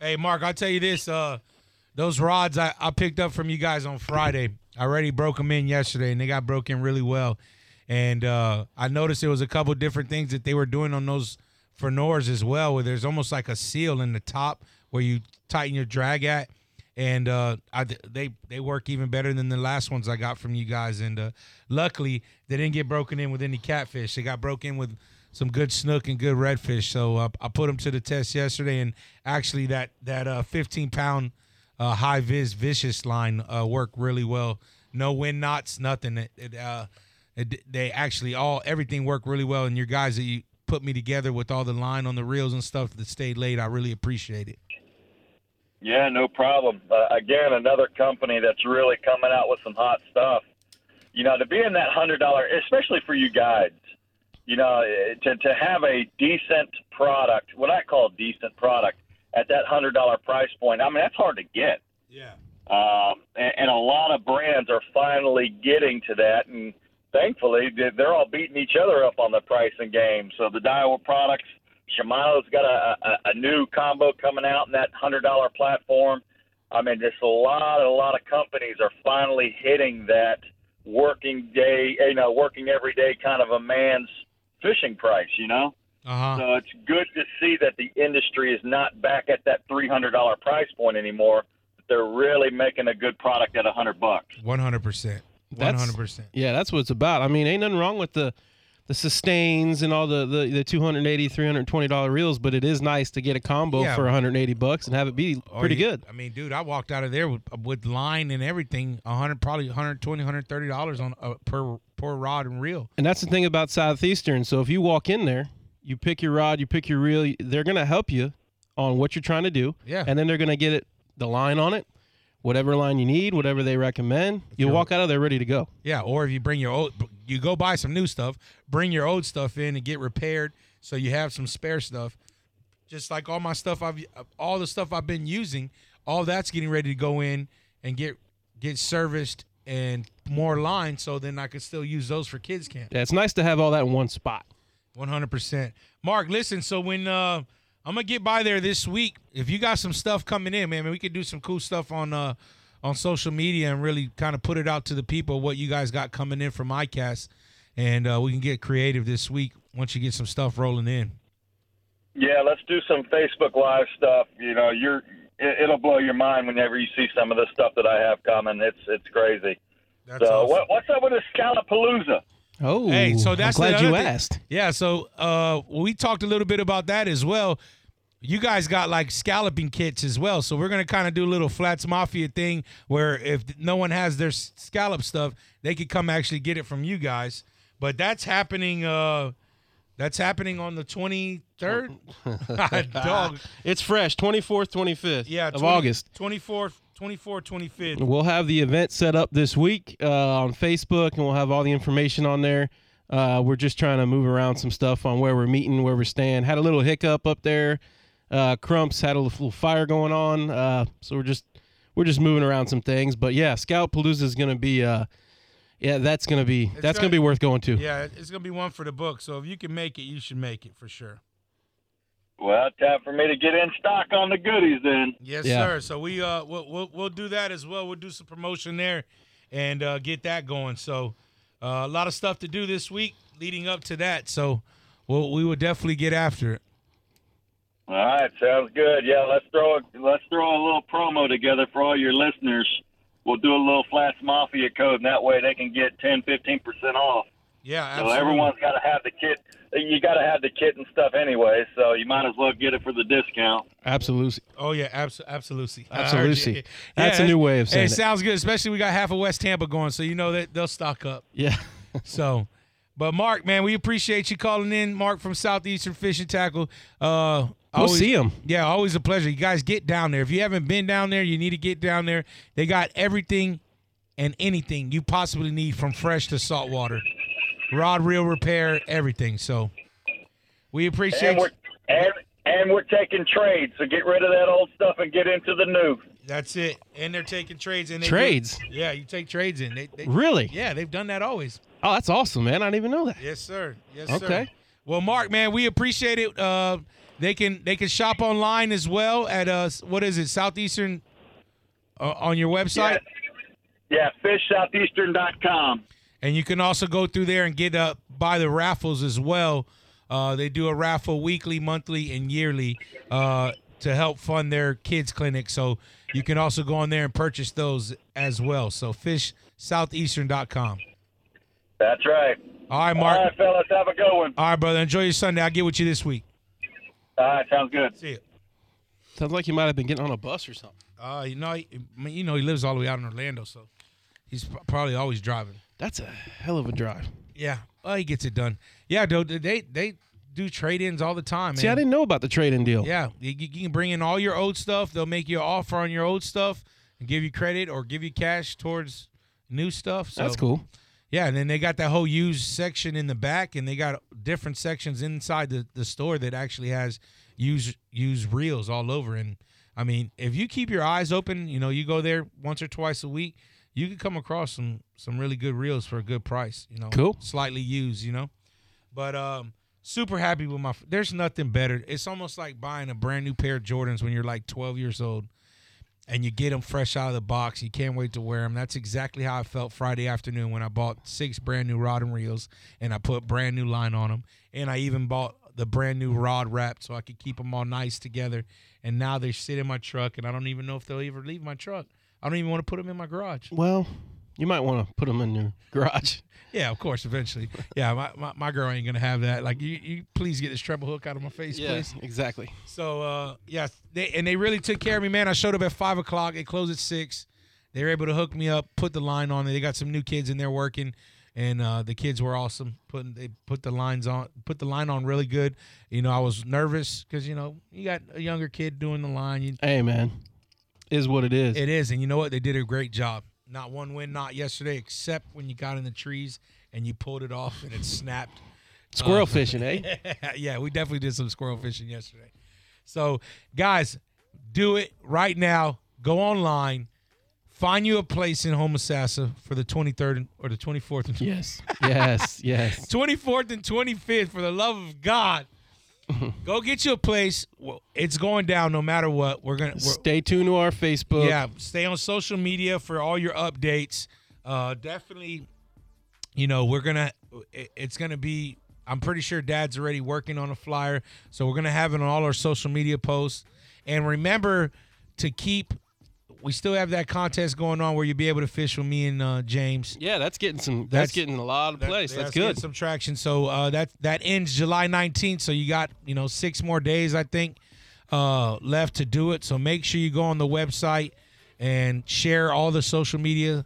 Speaker 6: Hey, Mark, I'll tell you this. Uh, those rods I, I picked up from you guys on Friday, I already broke them in yesterday, and they got broken really well. And uh, I noticed there was a couple different things that they were doing on those Fenors as well, where there's almost like a seal in the top where you tighten your drag at. and uh, I, they they work even better than the last ones I got from you guys. And uh, luckily, they didn't get broken in with any catfish. They got broken in with some good snook and good redfish. So uh, I put them to the test yesterday, and actually that that uh, 15 pound uh, high vis vicious line uh, worked really well. No wind knots, nothing. It, it, uh, it, they actually all everything worked really well. And your guys that you put me together with all the line on the reels and stuff that stayed late, I really appreciate it.
Speaker 11: Yeah, no problem. Uh, again, another company that's really coming out with some hot stuff. You know, to be in that hundred dollar, especially for you guys, you know, eh, to to have a decent product, what I call decent product, at that hundred dollar price point. I mean, that's hard to get.
Speaker 6: Yeah.
Speaker 11: Um, and, and a lot of brands are finally getting to that, and thankfully they- they're all beating each other up on the pricing game. So the Daiwa products, Shimano's got a, a, a new combo coming out in that hundred dollar platform. I mean, just a lot, a lot of companies are finally hitting that working day, you know, working every day kind of a man's fishing price, you know.
Speaker 6: Uh huh.
Speaker 11: So it's good to see that the industry is not back at that three hundred dollar price point anymore. They're really making a good product at a hundred bucks.
Speaker 6: 100 percent. 100
Speaker 7: That's-
Speaker 6: percent.
Speaker 7: Yeah, that's what it's about. I mean, ain't nothing wrong with the the sustains and all the the, the 280 320 dollar reels, but it is nice to get a combo
Speaker 6: Yeah.
Speaker 7: for 180 bucks and have it be
Speaker 6: Or
Speaker 7: pretty
Speaker 6: you-
Speaker 7: good.
Speaker 6: Oh, I mean, dude, I walked out of there with, with line and everything, 100 probably 120, 130 dollars on uh, per per rod and reel.
Speaker 7: And that's the thing about Southeastern. So if you walk in there, you pick your rod, you pick your reel, they're going to help you on what you're trying to do.
Speaker 6: Yeah.
Speaker 7: And then they're going to get it the line on it, whatever line you need, whatever they recommend. You walk out of there ready to go.
Speaker 6: Yeah, or if you bring your old, you go buy some new stuff, bring your old stuff in and get repaired, so you have some spare stuff. Just like all my stuff, I've all the stuff I've been using, all that's getting ready to go in and get get serviced and more lines, so then I could still use those for kids camp.
Speaker 7: Yeah, it's nice to have all that in one spot.
Speaker 6: One hundred percent. Mark, listen. So when uh, I'm gonna get by there this week, if you got some stuff coming in, man, we could do some cool stuff on uh, on social media and really kind of put it out to the people what you guys got coming in from ICAST, and uh, we can get creative this week once you get some stuff rolling in.
Speaker 11: Yeah, let's do some Facebook Live stuff. You know, you're it, it'll blow your mind whenever you see some of the stuff that I have coming. It's it's crazy.
Speaker 6: That's
Speaker 11: so
Speaker 6: awesome.
Speaker 11: what, what's up with the Scalapalooza?
Speaker 7: Oh,
Speaker 6: Hey, so that's
Speaker 7: I'm glad
Speaker 6: the
Speaker 7: you
Speaker 6: other thing.
Speaker 7: asked.
Speaker 6: Yeah, so uh, we talked a little bit about that as well. You guys got like scalloping kits as well, so we're gonna kind of do a little flats mafia thing where if no one has their s- scallop stuff, they could come actually get it from you guys. But that's happening. Uh, that's happening on the twenty third. Dog.
Speaker 7: It's fresh, 24th, 25th
Speaker 6: Yeah,
Speaker 7: of August.
Speaker 6: 24th, 24th, 25th.
Speaker 7: We'll have the event set up this week uh, on Facebook, and we'll have all the information on there. Uh, we're just trying to move around some stuff on where we're meeting, where we're staying. Had a little hiccup up there. Uh, Crumps had a little fire going on, uh, so we're just we're just moving around some things. But yeah, Scout Palooza is gonna be uh, yeah, that's gonna be that's
Speaker 6: gonna-
Speaker 7: gonna be worth going to.
Speaker 6: Yeah, it's gonna be one for the book. So if you can make it, you should make it for sure.
Speaker 11: Well, time for me to get in stock on the goodies then.
Speaker 6: Yes,
Speaker 7: Yeah.
Speaker 6: sir. So we uh we'll, we'll we'll do that as well. We'll do some promotion there, and uh, get that going. So uh, a lot of stuff to do this week leading up to that. So we'll, we will definitely get after it.
Speaker 11: All right, sounds good. Yeah, let's throw a, let's throw a little promo together for all your listeners. We'll do a little Flats Mafia code, and that way they can get 10, 15 percent off.
Speaker 6: Yeah,
Speaker 11: So
Speaker 6: absolutely.
Speaker 11: everyone's got to have the kit. You got to have the kit and stuff anyway, so you might as well get it for the discount.
Speaker 7: Absolutely.
Speaker 6: Oh yeah, abs- absolutely,
Speaker 7: Absolutely. That's a new way of saying
Speaker 6: hey,
Speaker 7: it.
Speaker 6: sounds good. Especially we got half of West Tampa going, so you know that they'll stock up.
Speaker 7: Yeah.
Speaker 6: So, but Mark, man, we appreciate you calling in, Mark from Southeastern Fish and Tackle. Uh,
Speaker 7: Go see 'em.
Speaker 6: Yeah, always a pleasure. You guys get down there. If you haven't been down there, you need to get down there. They got everything and anything you possibly need, from fresh to saltwater, rod reel repair, everything. So, we appreciate.
Speaker 11: And
Speaker 6: you.
Speaker 11: we're and, and we're taking trades, so get rid of that old stuff and get into the new.
Speaker 6: That's it. And they're taking trades in. They do-
Speaker 7: Trades?
Speaker 6: yeah, you take trades in. They, they,
Speaker 7: Really?
Speaker 6: Yeah, they've done that always.
Speaker 7: Oh, that's awesome, man. I didn't even know that.
Speaker 6: Yes, sir. Yes, sir.
Speaker 7: Okay.
Speaker 6: Well, Mark, man, we appreciate it. Uh, they can they can shop online as well at uh, what is it Southeastern uh, on your website,
Speaker 11: Yeah, fishsoutheastern.com.
Speaker 6: and you can also go through there and get uh, buy the raffles as well. Uh, they do a raffle weekly, monthly, and yearly. Uh, to help fund their kids clinic. So you can also go on there and purchase those as well. So fishsoutheastern.com.
Speaker 11: That's right.
Speaker 6: All right, Mark.
Speaker 11: All right, fellas, have a good one.
Speaker 6: All right, brother. Enjoy your Sunday. I'll get with you this week.
Speaker 11: All right, sounds good.
Speaker 6: See you.
Speaker 7: Sounds like you might have been getting on a bus or something.
Speaker 6: Uh, you know, he, I mean, you know, he lives all the way out in Orlando, so he's p- probably always driving.
Speaker 7: That's a hell of a drive.
Speaker 6: Yeah, well, he gets it done. Yeah, dude, they they do trade ins all the time. Man.
Speaker 7: See, I didn't know about the trading deal.
Speaker 6: Yeah, you, you can bring in all your old stuff. They'll make you an offer on your old stuff and give you credit or give you cash towards new stuff. So
Speaker 7: That's cool.
Speaker 6: Yeah, and then they got that whole used section in the back, and they got different sections inside the, the store that actually has used used reels all over. And I mean, if you keep your eyes open, you know, you go there once or twice a week, you could come across some some really good reels for a good price. You know,
Speaker 7: Cool.
Speaker 6: slightly used. You know, but um, super happy with my. There's nothing better. It's almost like buying a brand new pair of Jordans when you're like 12 years old and you get them fresh out of the box. You can't wait to wear them. That's exactly how I felt Friday afternoon when I bought six brand new rod and reels and I put brand new line on them. And I even bought the brand new rod wrap so I could keep them all nice together. And now they sit in my truck and I don't even know if they'll ever leave my truck. I don't even want to put them in my garage.
Speaker 7: Well, you might want to put them in your garage.
Speaker 6: Yeah, of course, eventually. Yeah, my, my, my girl ain't going to have that. Like, you, you please get this treble hook out of my face, please.
Speaker 7: exactly.
Speaker 6: So uh yes, they and they really took care of me, man. I showed up at five o'clock. It closed at six. They were able to hook me up, put the line on. They got some new kids in there working, and uh, the kids were awesome. Putting they put the lines on, put the line on really good. You know, I was nervous because you know you got a younger kid doing the line. You,
Speaker 7: Hey, man, is what it is.
Speaker 6: it is, and you know what? They did a great job. Not one win, not yesterday, except when you got in the trees and you pulled it off and it snapped.
Speaker 7: Squirrel fishing, eh?
Speaker 6: yeah, we definitely did some squirrel fishing yesterday. So, guys, do it right now. Go online, find you a place in Homosassa for the 23rd and- or the 24th and
Speaker 7: Yes, yes, yes.
Speaker 6: 24th and 25th. For the love of God, go get you a place. Well, It's going down no matter what. We're gonna we're,
Speaker 7: Stay tuned to our Facebook.
Speaker 6: yeah, stay on social media for all your updates. Uh, definitely, you know, we're gonna. it- It's gonna be. I'm pretty sure Dad's already working on a flyer, so we're gonna have it on all our social media posts. And remember to keep. We still have that contest going on where you'll be able to fish with me and uh, James.
Speaker 7: yeah. That's getting some. That's,
Speaker 6: That's-
Speaker 7: getting a lot of place.
Speaker 6: Yeah,
Speaker 7: That's
Speaker 6: it's getting
Speaker 7: good.
Speaker 6: Some traction. So uh, that that ends July 19th. So you got you know six more days I think uh, left to do it. So make sure you go on the website and share all the social media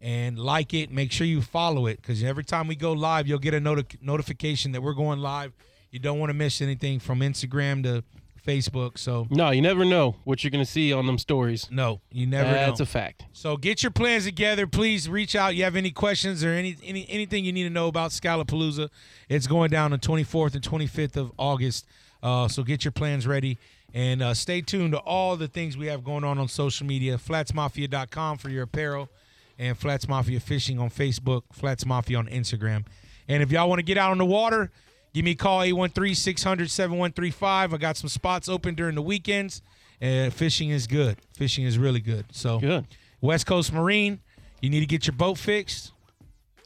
Speaker 6: and like it. Make sure you follow it because every time we go live, you'll get a noti- notification that we're going live. You don't want to miss anything from Instagram to Facebook. So
Speaker 7: no, you never know what you're gonna see on them stories.
Speaker 6: no, you never. know.
Speaker 7: That's a fact.
Speaker 6: So get your plans together. Please reach out. You have any questions or any, any anything you need to know about Scalapalooza? It's going down the 24th and 25th of August. Uh, so get your plans ready and uh, stay tuned to all the things we have going on on social media. Flatsmafia.com for your apparel and Flats Mafia Fishing on Facebook, Flats Mafia on Instagram. And if y'all want to get out on the water, give me a call 813 600 7135. I got some spots open during the weekends. And fishing is good. Fishing is really good. So
Speaker 7: Good.
Speaker 6: West Coast Marine, you need to get your boat fixed.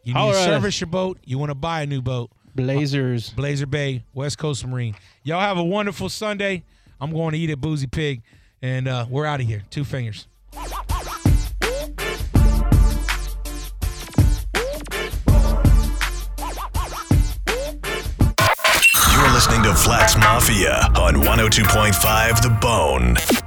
Speaker 6: You need
Speaker 7: All
Speaker 6: to
Speaker 7: right.
Speaker 6: service your boat. You want to buy a new boat.
Speaker 7: Blazers.
Speaker 6: Blazer Bay, West Coast Marine. Y'all have a wonderful Sunday. I'm going to eat at Boozy Pig, and uh, we're out of here. Two fingers.
Speaker 4: oh You're listening to Flats Mafia on 102.5 The Bone.